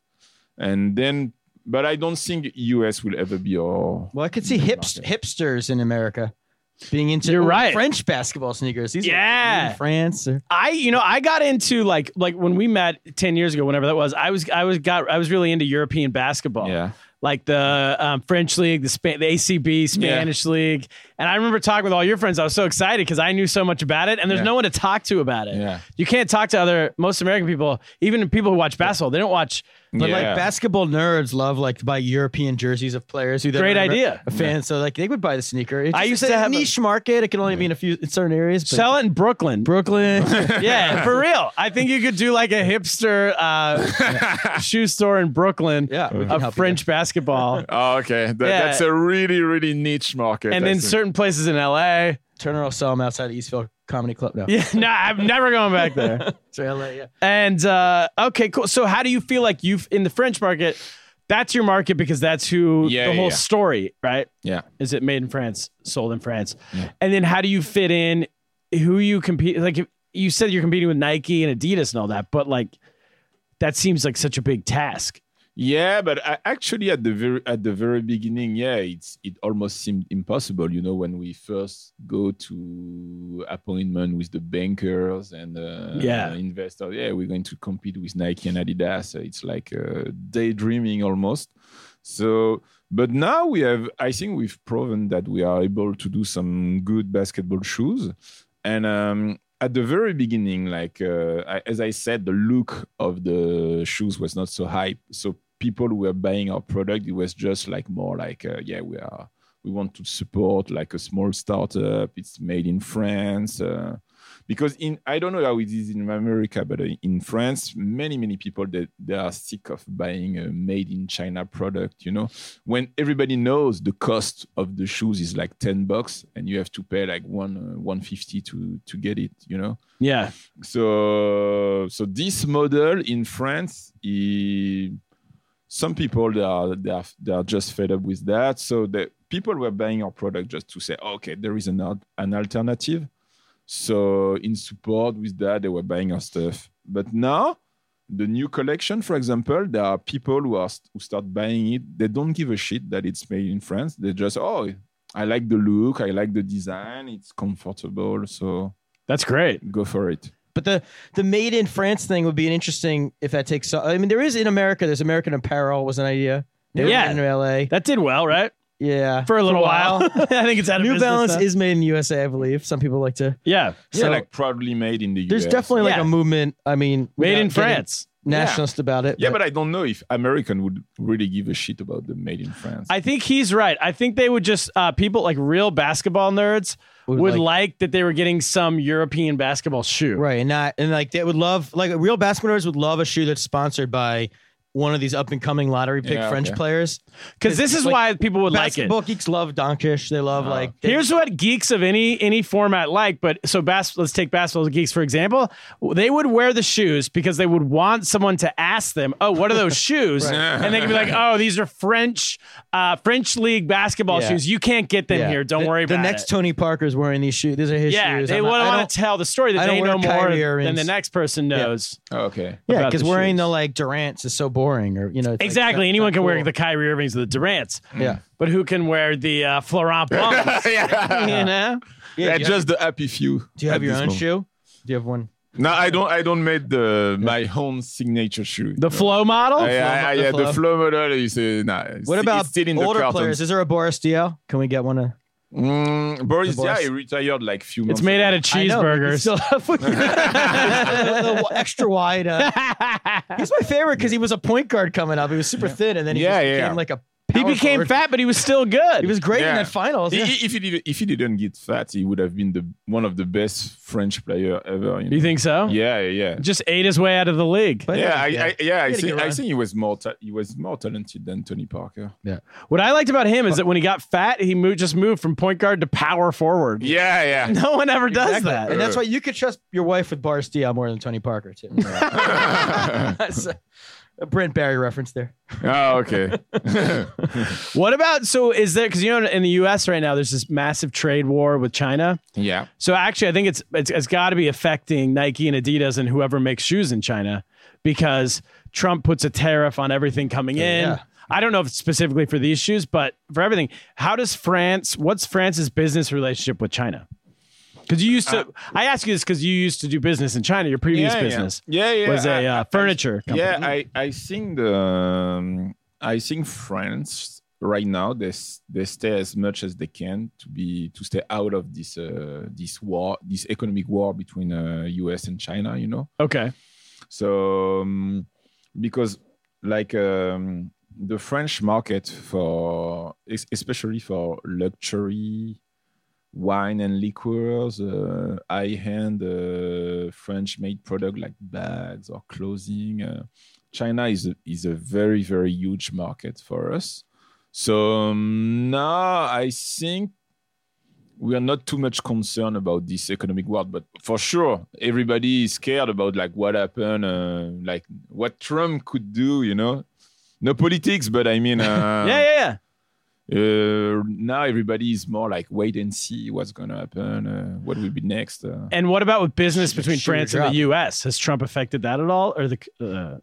and then. But I don't think US will ever be our Well, I could see hipst- hipsters in America being into You're oh, right. French basketball sneakers. These are Yeah. made in France. Or, I, you know, I got into like like when we met 10 years ago, whenever that was, I was I was got I was really into European basketball. yeah. Like the um, French league, the Spa- the ACB, Spanish league. And I remember talking with all your friends. I was so excited because I knew so much about it and there's Yeah. no one to talk to about it. Yeah. You can't talk to other most American people, even people who watch basketball, they don't watch But Yeah. like basketball nerds love like to buy European jerseys of players who they Great remember idea. A fan, so like they would buy the sneaker. It's I just used a to have a- niche market. It can only be in a few in certain areas. But Sell it in Brooklyn. Brooklyn. yeah, for real. I think you could do like a hipster uh, shoe store in Brooklyn yeah, we can of help you French basketball. Oh, okay. That, Yeah. That's a really, really niche market. and I in think. certain places in LA. there. Turner will sell them outside of Eastville Comedy Club now. Yeah, no, I'm never going back there. So LA, yeah. And uh, okay, cool. So how do you feel like you've in the French market? That's your market because that's who Yeah, the yeah, whole yeah. story, right? Yeah. Is it made in France, sold in France? Yeah. And then how do you fit in? Who you compete? Like if- you said, you're competing with Nike and Adidas and all that, but like that seems like such a big task. Yeah, but I, actually, at the very at the very beginning, yeah, it's it almost seemed impossible. You know, when we first go to appointment with the bankers and uh, Yeah. investors, yeah, we're going to compete with Nike and Adidas. So it's like uh, daydreaming almost. So, but now we have, I think we've proven that we are able to do some good basketball shoes, and um, at the very beginning, like uh, I, as I said, the look of the shoes was not so hype. So people who were buying our product, it was just like more like, uh, yeah, we are we want to support like a small startup. It's made in France. Uh, because in I don't know how it is in America, but uh, in France, many many people that they, are sick of buying a made in China product. You know, when everybody knows the cost of the shoes is like ten bucks, and you have to pay like one uh, one fifty to to get it. You know, Yeah, so so this model in France, he, some people they are, they are they are just fed up with that. So the people were buying our product just to say, "Oh, okay, there is an al- an alternative. So in support with that, they were buying our stuff. But now, the new collection, for example, there are people who are st- who start buying it. They don't give a shit that it's made in France. They just oh. I like the look. I like the design. It's comfortable, so that's great. go for it. But the the made in France thing would be an interesting if that takes. so- I mean, there is in America. There's American Apparel was an idea. They were Yeah. made in L.A. That did well, right? Yeah, For a little while. I think it's out of New business Balance now. is made in USA, I believe. Some people like to. yeah Yeah, So- like proudly made in the There's US. definitely like Yeah. a movement. I mean, made in without getting France. Nationalist about it. Yeah, but I don't know if American would really give a shit about the made in France. I think he's right. I think they would just uh, people like real basketball nerds would, like, that they were getting some European basketball shoe. Right, and not and like they would love like real basketballers would love a shoe that's sponsored by one of these up and coming lottery pick Yeah, French okay. players. Because this is Like, why people would like it. Uh, basketball geeks love Donkish. They love like they- Here's what geeks of any any format like, but so bas- let's take basketball geeks for example. They would wear the shoes because they would want someone to ask them, "Oh, what are those shoes?" And they could be like, "Oh, these are French uh, French league basketball Yeah. shoes. You can't get them yeah. here. Don't the, worry The about next it." Tony Parker's wearing these shoes. These are his yeah, shoes. they I'm would not- I want don't- to tell the story that I don't they wear know more Kyrie than Irvings. the next person knows. Oh, okay. Yeah, about because the wearing the shoes. like Durant's is so boring, or you know, it's, like, Exactly. not- Anyone not can wear cool. the Kyrie Irvings or the Durants, yeah, but who can wear the uh, Florent Blancs? yeah. you know? yeah. Yeah, Do you, have, just the happy few. do you have at your this own moment. shoe? Do you have one? No, I don't. I don't make the my own signature shoe. The Flow model? yeah, yeah, the yeah, flow. the flow model is uh, nah, it's- What about it's still in older the players? cartons. Is there a Boris Diaw? Can we get one? Of, Mm, Boris, The yeah, Boris- he retired like few months. It's made out of I know, but you cheeseburgers. still have one. the, the extra wide. Uh, he's my favorite because he was a point guard coming up. He was super thin, and then he Yeah, just yeah. became like a. he power became forward. fat, but he was still good. He was great in Yeah. that finals. He- yeah. he- if he did, if he didn't get fat, he would have been the one of the best French player ever. You, know? you think so? Yeah, yeah, yeah. Just ate his way out of the league. But- yeah, I, I, yeah. I gotta get think, I around. think he was more ta- he was more talented than Tony Parker. What I liked about him is that when he got fat, he moved, just moved from point guard to power forward. Yeah, yeah. No one ever does Exactly. that. And that's why you could trust your wife with Boris Diaw more than Tony Parker too. That's a, a Brent Barry reference there. oh, okay. What about so is there because you know in the U.S. right now there's this massive trade war with China. yeah. So actually, I think it's it's, it's got to be affecting Nike and Adidas and whoever makes shoes in China because Trump puts a tariff on everything coming in. Yeah. I don't know if it's specifically for these shoes, but for everything. How does France? What's France's business relationship with China? Because you used to, I ask you this because you used to do business in China. Your previous Uh, yeah, business Yeah, yeah. was I- a uh, furniture. company. yeah, I, I think the um, I think France right now they s- they stay as much as they can to be to stay out of this uh, this war this economic war between uh, U.S. and China. You know, Okay. so um, because like um, the French market for, es- especially for luxury wine and liqueurs, uh, high-end uh, French-made product like bags or clothing. Uh, China is a, is a very very huge market for us. So um, now I think we are not too much concerned about this economic world, but for sure, everybody is scared about like what happened, uh, like what Trump could do. You know, no politics, but I mean, uh, yeah, yeah, yeah. Uh, now everybody is more like wait and see what's gonna happen, uh, what will be next. Uh, And what about with business between Shooter France and the U.S.? Has Trump affected that at all, or the? Uh,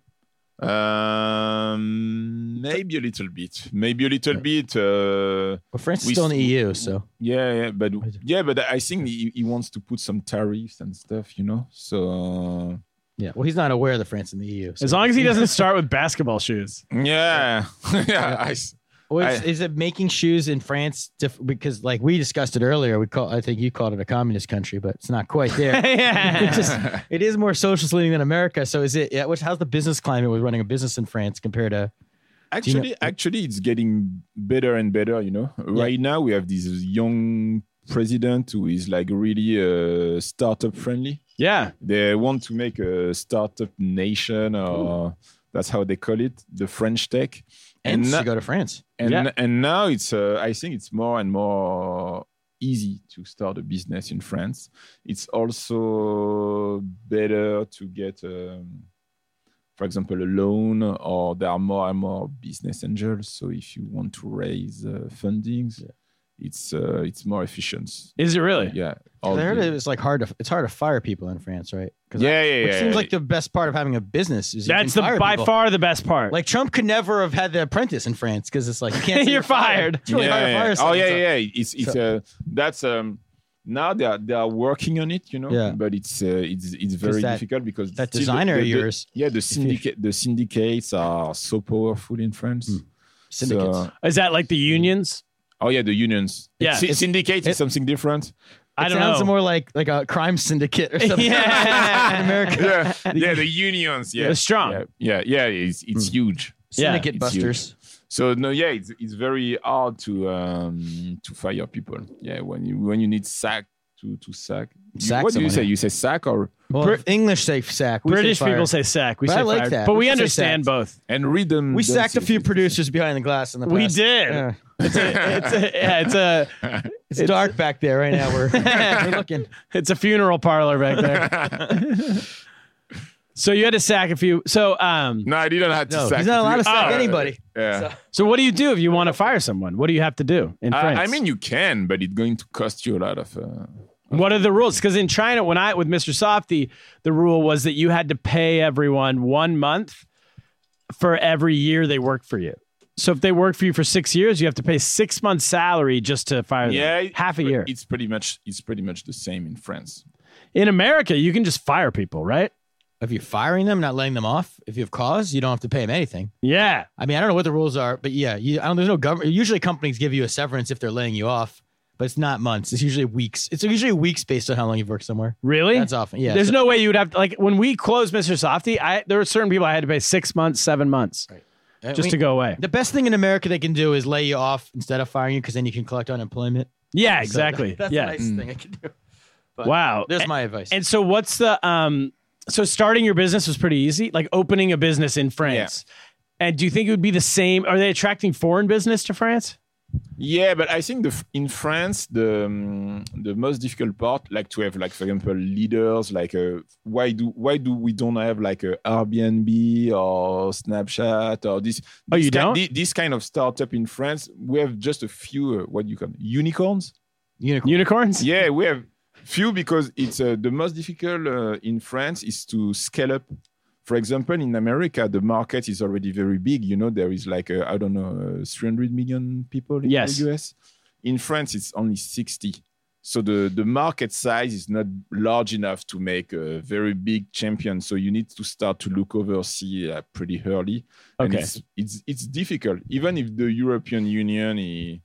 um, maybe a little bit, maybe a little bit. Uh, Well, France is We still in the s- EU, so Yeah, yeah, but yeah, but I think he, he wants to put some tariffs and stuff, you know. So yeah. Well, he's not aware that France in the EU. So. as long as he doesn't start with basketball shoes. yeah, yeah, I s Well, is, I- is it making shoes in France diff- because, like we discussed it earlier, we call I think you called it a communist country, but it's not quite there. it just it is more socialist leaning than America. So is it? Yeah, which how's the business climate with running a business in France compared to? you know- actually, actually, it's getting better and better, you know. Right now, we have this young president who is like really uh, startup friendly. Yeah, They want to make a startup nation, or that's how they call it, the French tech. And no- to go to France. and Yeah. and now it's uh, I think it's more and more easy to start a business in France. It's also better to get, um, for example, a loan, or there are more and more business angels. So if you want to raise uh, fundings, it's uh, it's more efficient. is it really? Yeah, all I heard the- it was like hard to it's hard to fire people in France, right? 'Cause I- yeah, yeah, yeah. Which seems yeah. like the best part of having a business is you That's can the fire by people. far the best part. Like Trump could never have had the apprentice in France because it's like you can't. say You're fired. It's really yeah, hard to yeah. fire Oh someone, yeah, so- yeah. It's it's uh, that's um now they are they are working on it, you know. Yeah. But it's uh, it's it's very that- difficult because that still designer the, the, of yours- The, yeah, the syndicate the syndicates are so powerful in France. Hmm. Syndicates. So- is that like the mm-hmm. unions? oh yeah, the unions. Yeah. Sy- syndicate is something different. I It don't sounds know. more like like a crime syndicate or something. Yeah. in America. yeah, yeah, the unions. Yeah, They're strong. Yeah, yeah, yeah it's Hmm. it's huge. Yeah. Syndicate It's busters. So no, yeah, it's, it's very hard to um to fire people. Yeah, when you when you need sack to to sack. You- Sack what do you someone, say? yeah. You say sack or Well, Brit- if English safe sack. We say British fire. people say sack. We But I say like fired. that. But We we say understand sacked. both. and read them. We don't sacked a say few this. producers behind the glass in the past. We did. Yeah. It's a, yeah, it's a It's, dark back there right now. We're, we're looking. it's a funeral parlor back there. so you had to sack a few. So um No, I didn't have to No, sack. he's not a few- allowed to sack Oh. Uh, anybody. Yeah. so what do you do if you want to fire someone? What do you have to do Uh, in I- France? I mean, you can, but it's going to cost you a lot of. Uh, What are the rules? Because in China, when I with Mr. Softy, the rule was that you had to pay everyone one month for every year they worked for you. So if they work for you for six years, you have to pay six months' salary just to fire them. yeah, it- half a pre- year. It's pretty much. It's pretty much the same in France. In America, you can just fire people, right? If you're firing them, not letting them off, if you have cause, you don't have to pay them anything. Yeah, I mean, I don't know what the rules are, but yeah, you, I don't. There's no government. Usually, companies give you a severance if they're laying you off, but it's not months. It's usually weeks. It's usually weeks based on how long you've worked somewhere. really? That's often. Yeah. There's so- no way you would have to, like when we closed Mr. Softy. I there were certain people I had to pay six months, seven months I just mean, to go away. The best thing in America they can do is lay you off instead of firing you because then you can collect unemployment. Yeah, So exactly. that's yeah. the Mm. nicest thing I can do. Wow. There's my advice. And so what's the um so starting your business was pretty easy, like opening a business in France. And do you think it would be the same? Are they attracting foreign business to France? Yeah, but I think the f- in France the um, the most difficult part, like to have like for example leaders, like uh, why do why do we don't have like a Airbnb or Snapchat or this? Oh, you this ki- don't? thi- this kind of startup in France, we have just a few uh, what you call unicorns. Unicorn. Unicorns? Yeah, we have few because it's uh, the most difficult uh, in France is to scale up. For example, in America, the market is already very big. You know, there is like uh, I don't know, uh, 300 million people in Yes. the US. In France, it's only 60. So the the market size is not large enough to make a very big champion. So you need to start to look over see uh, pretty early. And Okay. it's, it's it's difficult. Even if the European Union i-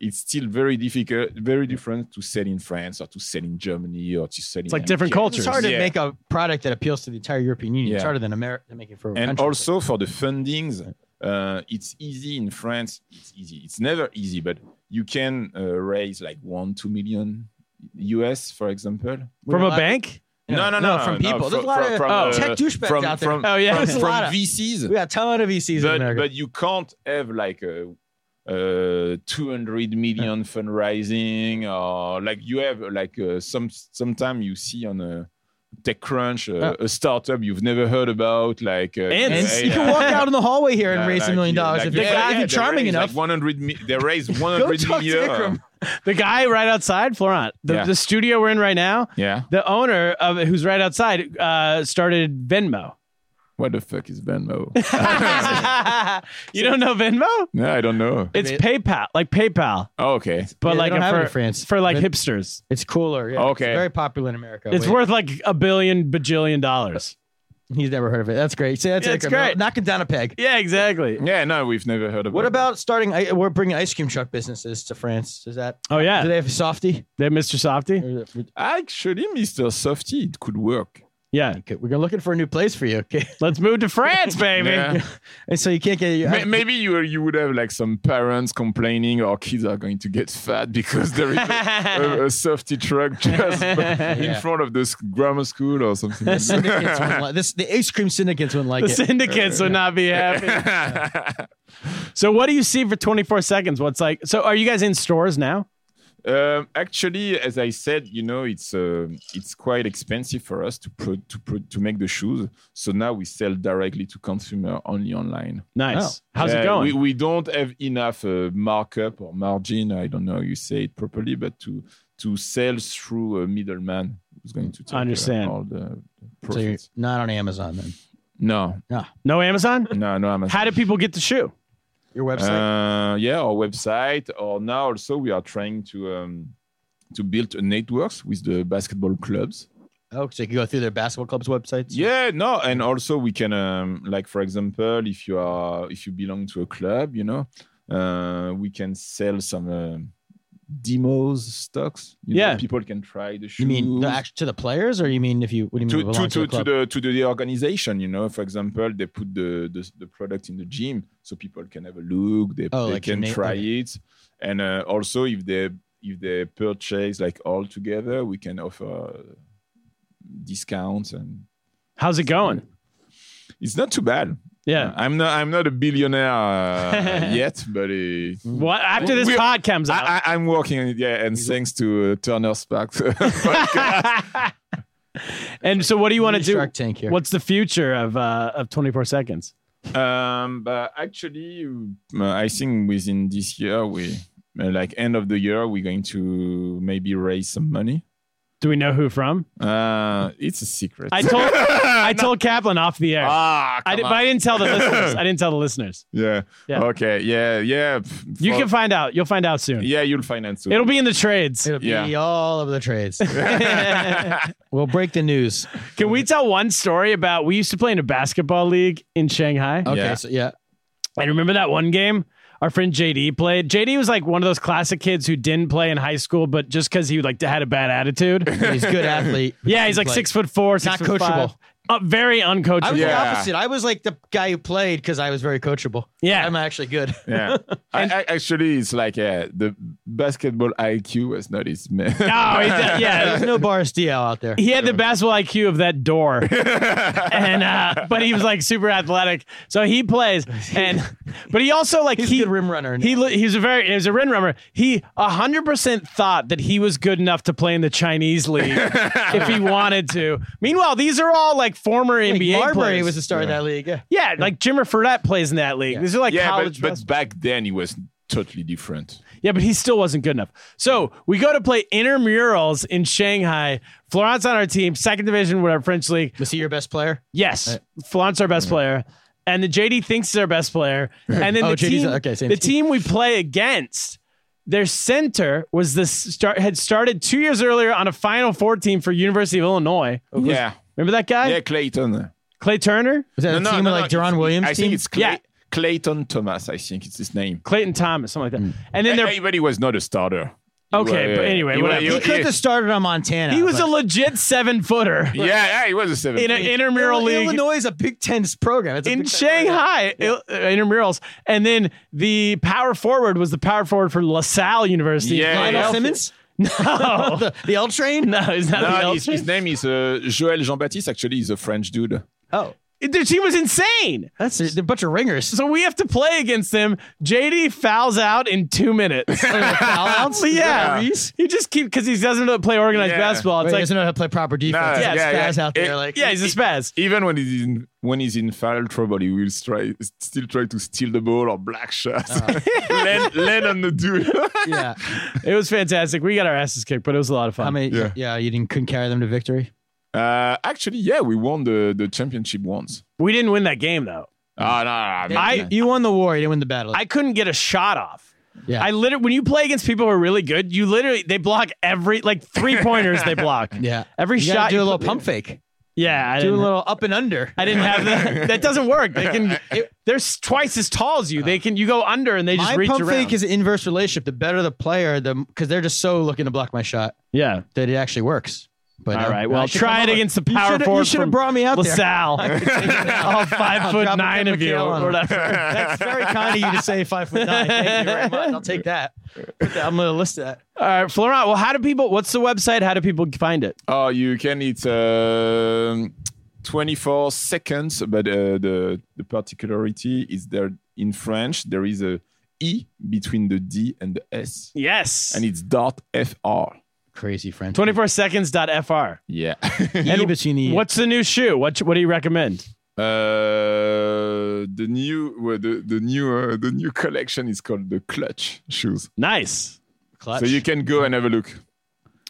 it's still very difficult, very different to sell in France or to sell in Germany or to sell in. It's like different America. cultures. It's hard to Yeah. make a product that appeals to the entire European Union. It's Yeah. harder than America to make it for a and country. also for the fundings uh, it's easy in france it's easy it's never easy but you can uh, raise like one two million us for example From a We're allowed- bank? no no no, from people. There's a lot of tech douchebags uh, from, out there. from, Oh, yeah. from, There's a from lot of- vcs we got a ton of VCs in but, America. but you can't have like a uh 200 million fundraising or like you have like uh, some sometime you see on a TechCrunch, uh, a startup you've never heard about, like uh, and yeah, you can yeah. walk out in the hallway here and Yeah, raise like, a million yeah, dollars like, if, they, yeah, yeah, if you're they charming raise enough. Like 100, mi- they raise go 100 talk to million. Ikram. The guy right outside, Florent, the, Yeah. the studio we're in right now, Yeah. the owner of it, who's right outside, uh, started Venmo. What the fuck is Venmo? you don't know Venmo? no, I don't know. It's PayPal, like PayPal, Oh, okay. but Yeah, they like don't have it for, in France. for like Ven- hipsters. It's cooler. Yeah. Okay. It's very popular in America. It's Wait, worth like a billion bajillion dollars. He's never heard of it. That's great. See, that's, Yeah, it, it's Ikram. great. Knock it down a peg. Yeah, exactly. Yeah, no, we've never heard about What it. about starting? I- We're bringing ice cream truck businesses to France. Is that? Oh Do yeah, they have a softy? they Mr. Softy. Or is it- Actually, Mr. Softy, it could work. Yeah, Okay, we're looking for a new place for you. Okay, let's move to France, baby. Yeah. and so you can't get. your- Ma- Maybe you you would have like some parents complaining our kids are going to get fat because there is a, a, a softy truck just in front of this grammar school or something. like that. syndicates wouldn't like this. The ice cream syndicates wouldn't like The it. syndicates would not be happy. so, what do you see for 24 seconds? What's like? So, are you guys in stores now? Um, actually, as I said, you know, it's uh, it's quite expensive for us to pro- to pro- to make the shoes. So now we sell directly to consumer only online. Nice. How's Uh, it going? We, we don't have enough uh, markup or margin. I don't know how you say it properly, but to to sell through a middleman who's going to take uh, Understand. all the So you're profits. not on Amazon then. no, no Amazon. no, no. Amazon. How do people get the shoe? Your website. uh, yeah, our website, or now also we are trying to um, to build a networks with the basketball clubs. oh, so you can go through their basketball club's websites. Yeah, no, and also we can, um, like for example, if you are if you belong to a club, you know, uh, we can sell some uh, demos stocks. You Yeah. know, people can try the shoes. You mean the, act- to the players, or you mean if you? What do you to mean? to, belong to, the to club? the to the organization, you know. For example, they put the the, the product in the gym so people can have a look. They, Oh, they like can gymna- try okay. it, and uh, also if they if they purchase like all together, we can offer discounts and How's it going? it's not too bad. Yeah. I'm not. I'm not a billionaire uh, yet, but uh, What after this We- pod comes out? I, I, I'm working on it. Yeah, and thanks to uh, Turner Sparks. and so, what do you want to do? Shark Tank here. What's the future of uh, of 24 seconds? um, but actually, uh, I think within this year, we uh, like end of the year, we're going to maybe raise some money. Do we know who from? Uh, it's a secret. I told I told Kaplan off the air. ah, I come did, on. but I didn't tell the listeners. I didn't tell the listeners. yeah. Yeah. Okay. Yeah. Yeah. f- You for- can find out. You'll find out soon. yeah, you'll find it soon. It'll be in the trades. It'll be Yeah. all over the trades. we'll break the news. Can we tell one story about we used to play in a basketball league in Shanghai? Okay, Yeah. so yeah, And remember that one game our friend JD played? JD was like one of those classic kids who didn't play in high school, but just because he like had a bad attitude. he's a good athlete. yeah, he's like six foot four, not six foot five. coachable. Uh, very I was uncoachable. Yeah. the opposite. I was like the guy who played because I was very coachable. Yeah. I'm actually good. yeah. I, I, actually, it's like yeah, the basketball IQ was not his man. No, he did- yeah. There's no Boris Diaw out there. He had the basketball IQ of that door, and uh, but he was like super athletic, so he plays. And but he also like He's he a good rim runner. He li- he was a very he was a rim runner. He hundred percent thought that he was good enough to play in the Chinese league if he wanted to. Meanwhile, these are all like former Like NBA Marbury players. was the star of that league. Yeah. yeah, like Jimmer Fredette plays in that league. These are like yeah, college. but, but basketball- back then he was totally different. yeah, but he still wasn't good enough. So we go to play intramurals in Shanghai. Florence on our team, second division, whatever French league. Was he your best player? Yes, Flaunt's our best player, and the JD thinks he's our best player, and then Mm-hmm. Oh, the JD's team, okay, same the team. team we play against, their center was the start had started two years earlier on a Final Four team for University of Illinois. Yeah, Remember that guy, Oh, yeah, Clayton. Clay Turner? Was that a team with like Deron Williams? I team? think it's Clay. Yeah. Clayton Thomas, I think it's his name. Clayton Thomas, something like that. Mm. And then And there, hey, but he was not a starter. He Okay, was- but anyway, he was- whatever. he- He could he- have started on Montana. he was a but- legit seven footer yeah, yeah, he was a seven. in an intramural league. Illinois is a Big Ten program. It's a in Big Ten program. Shanghai il- uh, intramurals, and then the power forward was the power forward for LaSalle University. Yeah, Lionel yeah. Simmons, No, the, the L train. Oh. no, he's not the no, his, Elgin. his name is uh, Joël Jean-Baptiste. Actually, he's a French dude. Oh, The team was insane. that's a, they're a bunch of ringers. So we have to play against them. JD fouls out in two minutes. Foul-outs? yeah, Referees? he just keep because he doesn't know how to play organized Yeah. basketball. Wait, It's he like doesn't know how to play proper defense. yeah, He's got yeah, guys yeah. out there It- like yeah, he's a spaz. Even when he's in when he's in foul trouble, he will try, still try to steal the ball or black shots. land, land on the dude. yeah. It was fantastic. We got our asses kicked, but it was a lot of fun. I mean, yeah. Yeah. you didn't couldn't carry them to victory. uh, actually, yeah, we won the, the championship once. we didn't win that game though. Ah, no, I mean, I- you won the war. You didn't win the battle. I couldn't get a shot off. yeah, I literally, when you play against people who are really good, you literally they block every like three pointers they block. yeah. every You gotta shot do you a little put- pump fake. Yeah, I Do a didn't, little up and under. I didn't have that. That doesn't work. They can. they're s- twice as tall as you. They can. You go under and they just My reach pump around. fake is an inverse relationship. The better the player, the because they're just so looking to block my shot yeah. that it actually works. But All uh, right. I Well, should try come it up with- against the You power should have- You forward should have from brought me out there. LaSalle. All five foot drop a nine Kevin of you, McHale on or him. whatever. That's very kind of you to say five foot nine. Thank you very much. I'll take that. Put that- I'm gonna list that. All right, Florent. Well, how do people? What's the website? How do people find it? Oh, you can eat um 24 seconds, but uh, the the particularity is there in French there is a e between the d and the s, Yes. and it's dot fr. Crazy French. 24 seconds.fr. Yeah. E between the What's the new shoe? What what do you recommend? uh, the new well, the the new uh, the new collection is called the Clutch shoes. Nice. clutch? So you can go and have a look.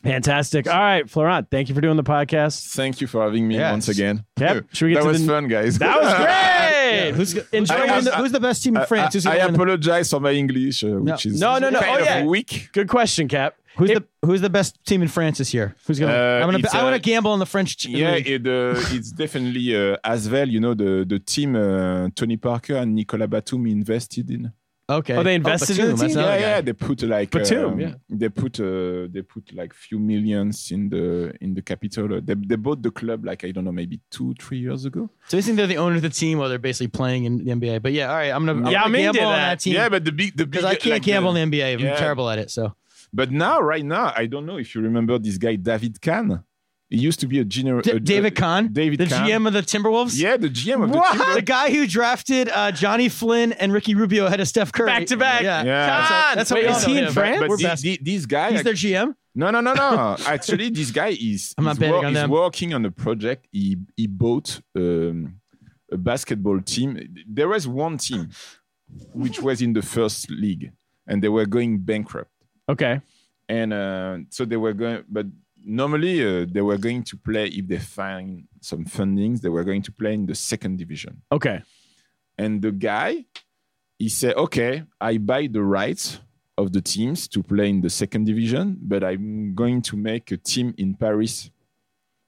Fantastic. All right, Florent, thank you for doing the podcast. Thank you for having me Yes. once again. Yep. Should we get that to was the- fun, guys. That was great. Who's, who's, I gonna win was- the, who's the best team in I, France? Who's, I gonna win- apologize for my English, uh, which is No, no, no. kind Oh, of yeah. weak. Good question, Cap. who's the who's the best team in France this year? Who's gonna? Uh, I'm gonna. it's, I want uh, to gamble on the French team. Yeah, it, uh, it's definitely uh, Asvel. You know the the team uh, Tony Parker and Nicolas Batum invested in. Okay. Oh, they invested in the Batum, team? that's yeah, another yeah, guy. they put like Batum, um, yeah. they put uh, they put like few millions in the in the capital. Uh, They, they bought the club like I don't know maybe two three years ago. So they think they're the owner of the team while they're basically playing in the NBA. But yeah, all right, I'm gonna. I'm Yao gonna Ming gamble did on that. that team. Yeah, but the big the big because I can't like gamble the- on the NBA. I'm yeah. terrible at it. So But now right now I don't know if you remember this guy David Kahn. He used to be a general D- David Kahn, David the Kahn. GM of the Timberwolves. Yeah, the GM of the What? team. The guy who drafted uh, Johnny Flynn and Ricky Rubio ahead of Steph Curry. Back to back. Yeah. Yeah. That's how- That's how Wait, we all is know he in him. France? But We're the, best. the, this guy He's their GM. No, no, no, no. Actually, this guy is, I'm not is, betting on is them. working on a project. He he bought um, a basketball team. There was one team which was in the first league, and they were going bankrupt. Okay. And uh, so they were going, but normally uh, they were going to play if they find some fundings. They were going to play in the second division. Okay. And the guy, he said, okay, I buy the rights of the teams to play in the second division, but I'm going to make a team in Paris.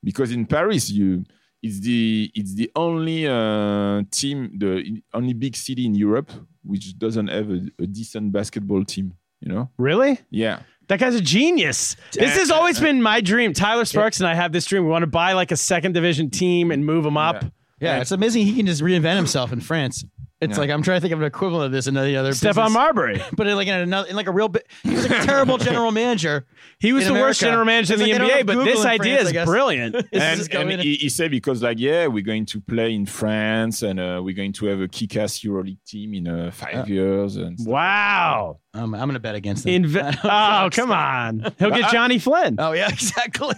Because in Paris, you it's the it's the only uh, team, the only big city in Europe which doesn't have a, a decent basketball team. You know? Really? Yeah. That guy's a genius. This has always been my dream. Tyler Sparks and I have this dream. We want to buy like a second division team and move them up. Yeah. Yeah, it's amazing he can just reinvent himself in France. It's like I'm trying to think of an equivalent of this in any other Stephon business. Marbury. but in like in another, in like a real, bi- he was like a terrible general manager. He was In the worst America. general manager in It's the like they don't NBA, have but Google this in idea France, I is guess. brilliant. and, just go and in he, he said because like yeah we're going to play in france and uh, we're going to have a kick-ass euroleague team in uh, five years and stuff. Wow. Um, I'm gonna bet against him. Inve- oh, come on. He'll get Johnny Flynn. oh yeah, exactly.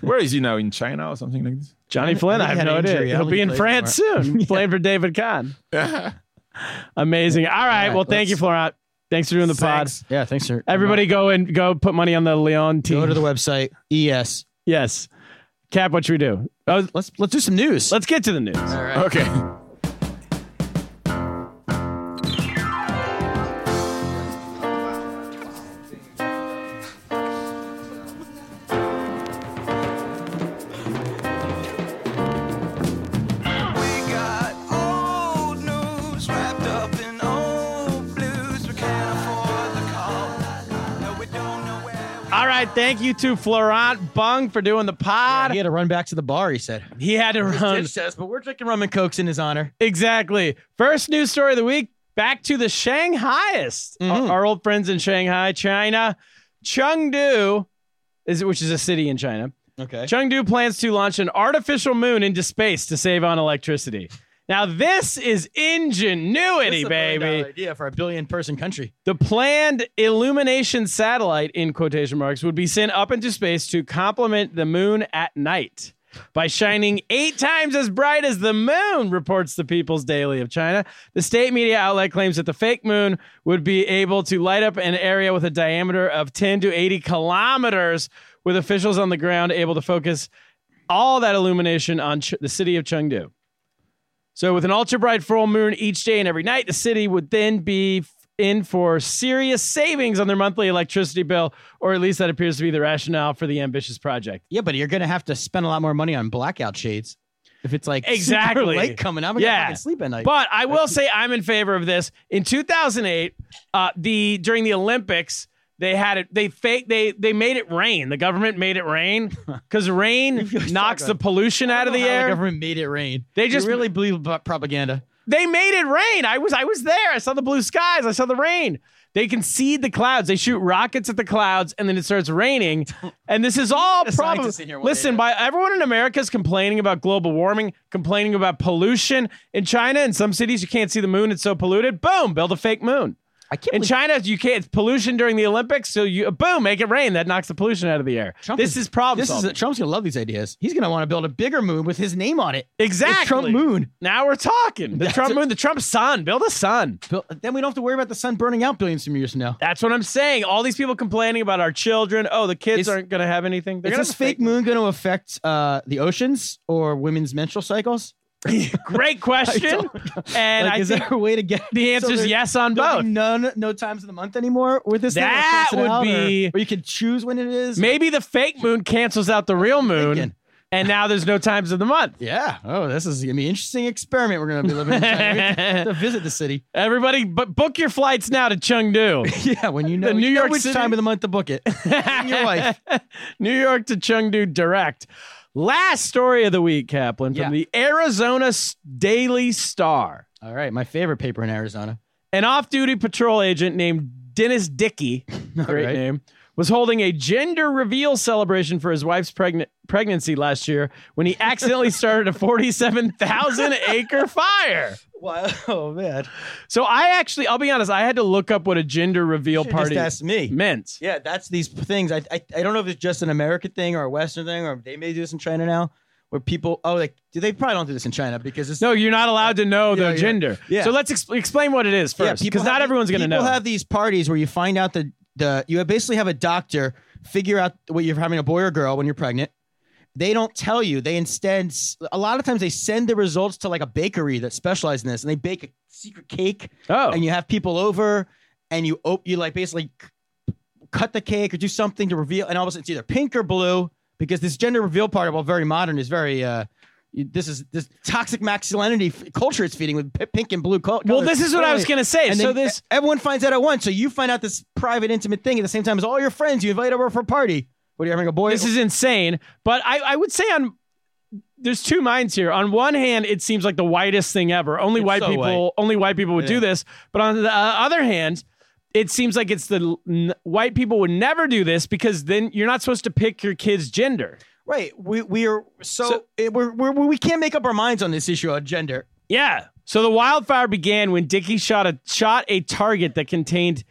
where is he now in china or something like this Johnny Flynn, think I have he had no an idea. injury. I He'll don't be think in he France plays soon, playing for David Kahn. Amazing. All right. right, well, thank you, Florent. Thanks for doing the Thanks. yeah, thanks sir. pod. Everybody, go and go put money on the Leon team. go to the website. Es. yes. Cap, what should we do? Oh, Let's let's do some news. let's get to the news. okay We got old news wrapped up All right, thank you to Florent Bung for doing the pod. He had to run back to the bar. He said. he had to run. It says, but we're drinking rum and cokes in his honor. Exactly. First news story of the week back to the Shanghaiest. Our, our old friends in Shanghai, China. Chengdu, is, which is a city in China. Okay. Chengdu plans to launch an artificial moon into space to save on electricity. Now, this is ingenuity, baby. Idea for a billion person country. The planned illumination satellite, in quotation marks, would be sent up into space to complement the moon at night by shining eight times as bright as the moon, reports the People's Daily of China. The state media outlet claims that the fake moon would be able to light up an area with a diameter of 10 to 80 kilometers, with officials on the ground able to focus all that illumination on Ch- the city of Chengdu. So, with an ultra bright full moon each day and every night, the city would then be f- in for serious savings on their monthly electricity bill, or at least that appears to be the rationale for the ambitious project. Yeah, but you're gonna have to spend a lot more money on blackout shades if it's like super Exactly. late coming. I'm gonna Yeah. fucking sleep at night. But I will say I'm in favor of this. In 2008, uh, the during the Olympics, they had it. They fake. They they made it rain. The government made it rain because rain really knocks talk the about- pollution out of the How air. government made it rain. They You just- really believe about propaganda. They made it rain. I was I was there. I saw the blue skies. I saw the rain. They concede the clouds. They shoot rockets at the clouds, and then it starts raining. And this is all a problem. scientist in here one day, Listen, by everyone in America is complaining about global warming, complaining about pollution in China. In some cities, you can't see the moon; it's so polluted. Boom, build a fake moon. I can't. In believe China, you can't it's pollution during the Olympics, so you boom, make it rain. That knocks the pollution out of the air. Trump this is, problem This solving. is Trump's gonna love these ideas. He's gonna want to build a bigger moon with his name on it. exactly The Trump moon. Now we're talking. The That's Trump it. moon, the Trump sun. Build a sun. Built- Then we don't have to worry about the sun burning out billions of years from now. That's what I'm saying. All these people complaining about our children. Oh, the kids Is- aren't going to have anything. They're Is going this to fake moon going to affect uh, the oceans or women's menstrual cycles? Great question. and like, I is think there a way to get the answer is there- yes on there'll both. be None, no times of the month anymore with this. thing? Like, That cross it would out, or- be- or, you can choose when it is. Maybe the fake moon cancels out the real moon, thinking. and now there's no times of the month. Yeah. Oh, this is gonna be an interesting experiment. We're gonna be living in China. We have to visit the city. Everybody, but book your flights now to Chengdu. Yeah, when you know, The New you know York which City- time of the month to book it. and your wife. New York to Chengdu direct. Last story of the week, Kaplan, from the Arizona S- Daily Star. All right, my favorite paper in Arizona. An off duty patrol agent named Dennis Dickey, great right. name, was holding a gender reveal celebration for his wife's pregna- pregnancy last year when he accidentally started a 47,000 acre fire. Wow, oh, man. So I actually, I'll be honest, I had to look up what a gender reveal Should've party Just asked me. meant. Yeah, that's these p- things. I, I I don't know if it's just an American thing or a Western thing, or they may do this in China now, where people oh like do they probably don't do this in China because it's No, you're not allowed to know Yeah, their yeah. gender. Yeah. So let's ex- explain what it is first, people because have not the- everyone's going to know. People have these parties where you find out the the you basically have a doctor figure out what you're having a boy or girl when you're pregnant. They don't tell you. They instead s- a lot of times they send the results to like a bakery that specializes in this, and they bake a secret cake, oh, and you have people over, and you op- you like basically c- cut the cake or do something to reveal, and all of a sudden it's either pink or blue because this gender reveal part, while very modern, is very. uh you- this is this toxic masculinity f- culture it's feeding with p- pink and blue. Co- well, colors. this is what I was Totally going to say. and so then this, e- everyone finds out at once. So you find out this private, intimate thing at the same time as all your friends you invite over for a party. What are you having a boy? This is insane. But I, I would say on there's two minds here. On one hand, it seems like the whitest thing ever. Only It's white so people, only white people would do Yeah. this. But on the uh, other hand, it seems like it's the n- white people would never do this because then you're not supposed to pick your kid's gender. right. We we are so, So- it, we're, we're, we can't make up our minds on this issue of gender. Yeah. So the wildfire began when Dickey shot a shot a target that contained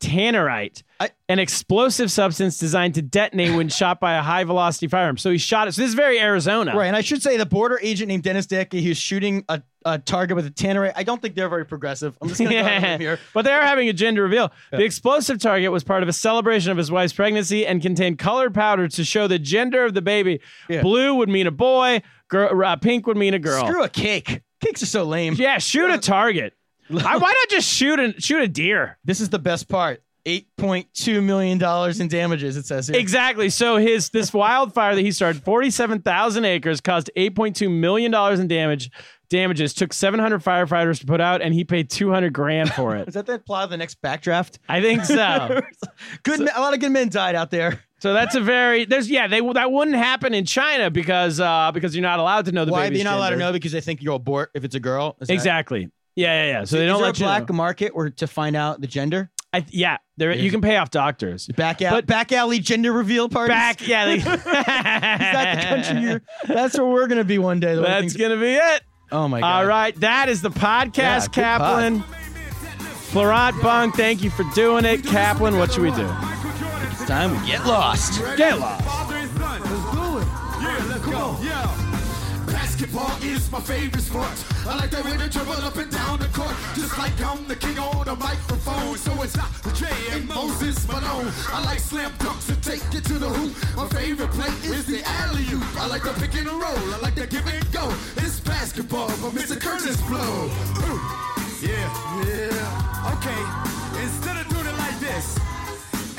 tannerite, I- an explosive substance designed to detonate when shot by a high velocity firearm. So he shot it. So this is very Arizona. Right. And I should say the border agent named Dennis Dickey who's shooting a, a target with a tannerite. I don't think they're very progressive. I'm just gonna go out on a limb here. But they are having a gender reveal. The explosive target was part of a celebration of his wife's pregnancy and contained colored powder to show the gender of the baby. Yeah. Blue would mean a boy, girl, uh, pink would mean a girl. Screw a cake. Cakes are so lame. yeah, shoot a target. I, why not just shoot and shoot a deer? This is the best part. Eight point two million dollars in damages. It says here. Exactly. So his this wildfire that he started, forty seven thousand acres, caused eight point two million dollars in damage damages took 700 firefighters to put out, and he paid 200 grand for it. Is that the plot of the next backdraft? I think so. Good, men- a lot of good men died out there. So that's a very there's yeah they that wouldn't happen in China because uh because you're not allowed to know the Why? baby's You're not allowed to gender. know because they think you'll abort if it's a girl. Is that- exactly yeah yeah yeah so they Is don't there let a you know. black market or to find out the gender? I, yeah there you can pay off doctors Back out, But- back alley gender reveal parties. back yeah they, is Is that the country you're? That's where we're gonna be one day. The way that's things- gonna be it oh my god! all right that is the Yeah, podcast good Kaplan Florent Bunk thank you for doing it Kaplan what should we do it's time we get lost. get lost. Father and son. Let's do it. Yeah, let's go. Yeah. Basketball is my favorite sport. I like that way they dribble up and down the court. Just like I'm the king on the microphone. So it's not the J and Moses Malone. I like slam dunks to take it to the hoop. My favorite play is the alley oop. I like the pick and roll. I like the give and go. It's basketball, but Mr. Curtis blow. Ooh. Yeah, yeah. Okay, instead of doing it like this,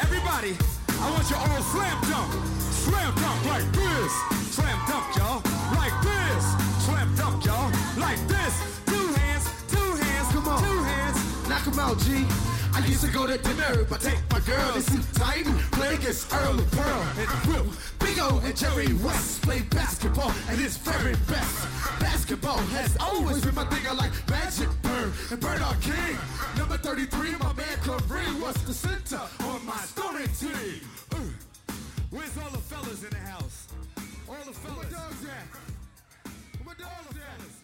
Everybody, I want your all slam dunk. Slam dunk like this. Slam dunk, y'all. Like this. Slam dunk, y'all. Like this. Two hands, two hands, come on. Two hands. Knock 'em out, G. I used to go to dinner, but take my girl. This is Titan. Play against Earl of Pearl. And Will, Big O, and Jerry West play basketball at his very best. Basketball has always been my thing. I like Magic Bird and Bernard King. Number 33, my man Kareem was the center on my story team. Ooh. Where's all the fellas in the house? All the fellas. Where my dogs at? Where my dogs at?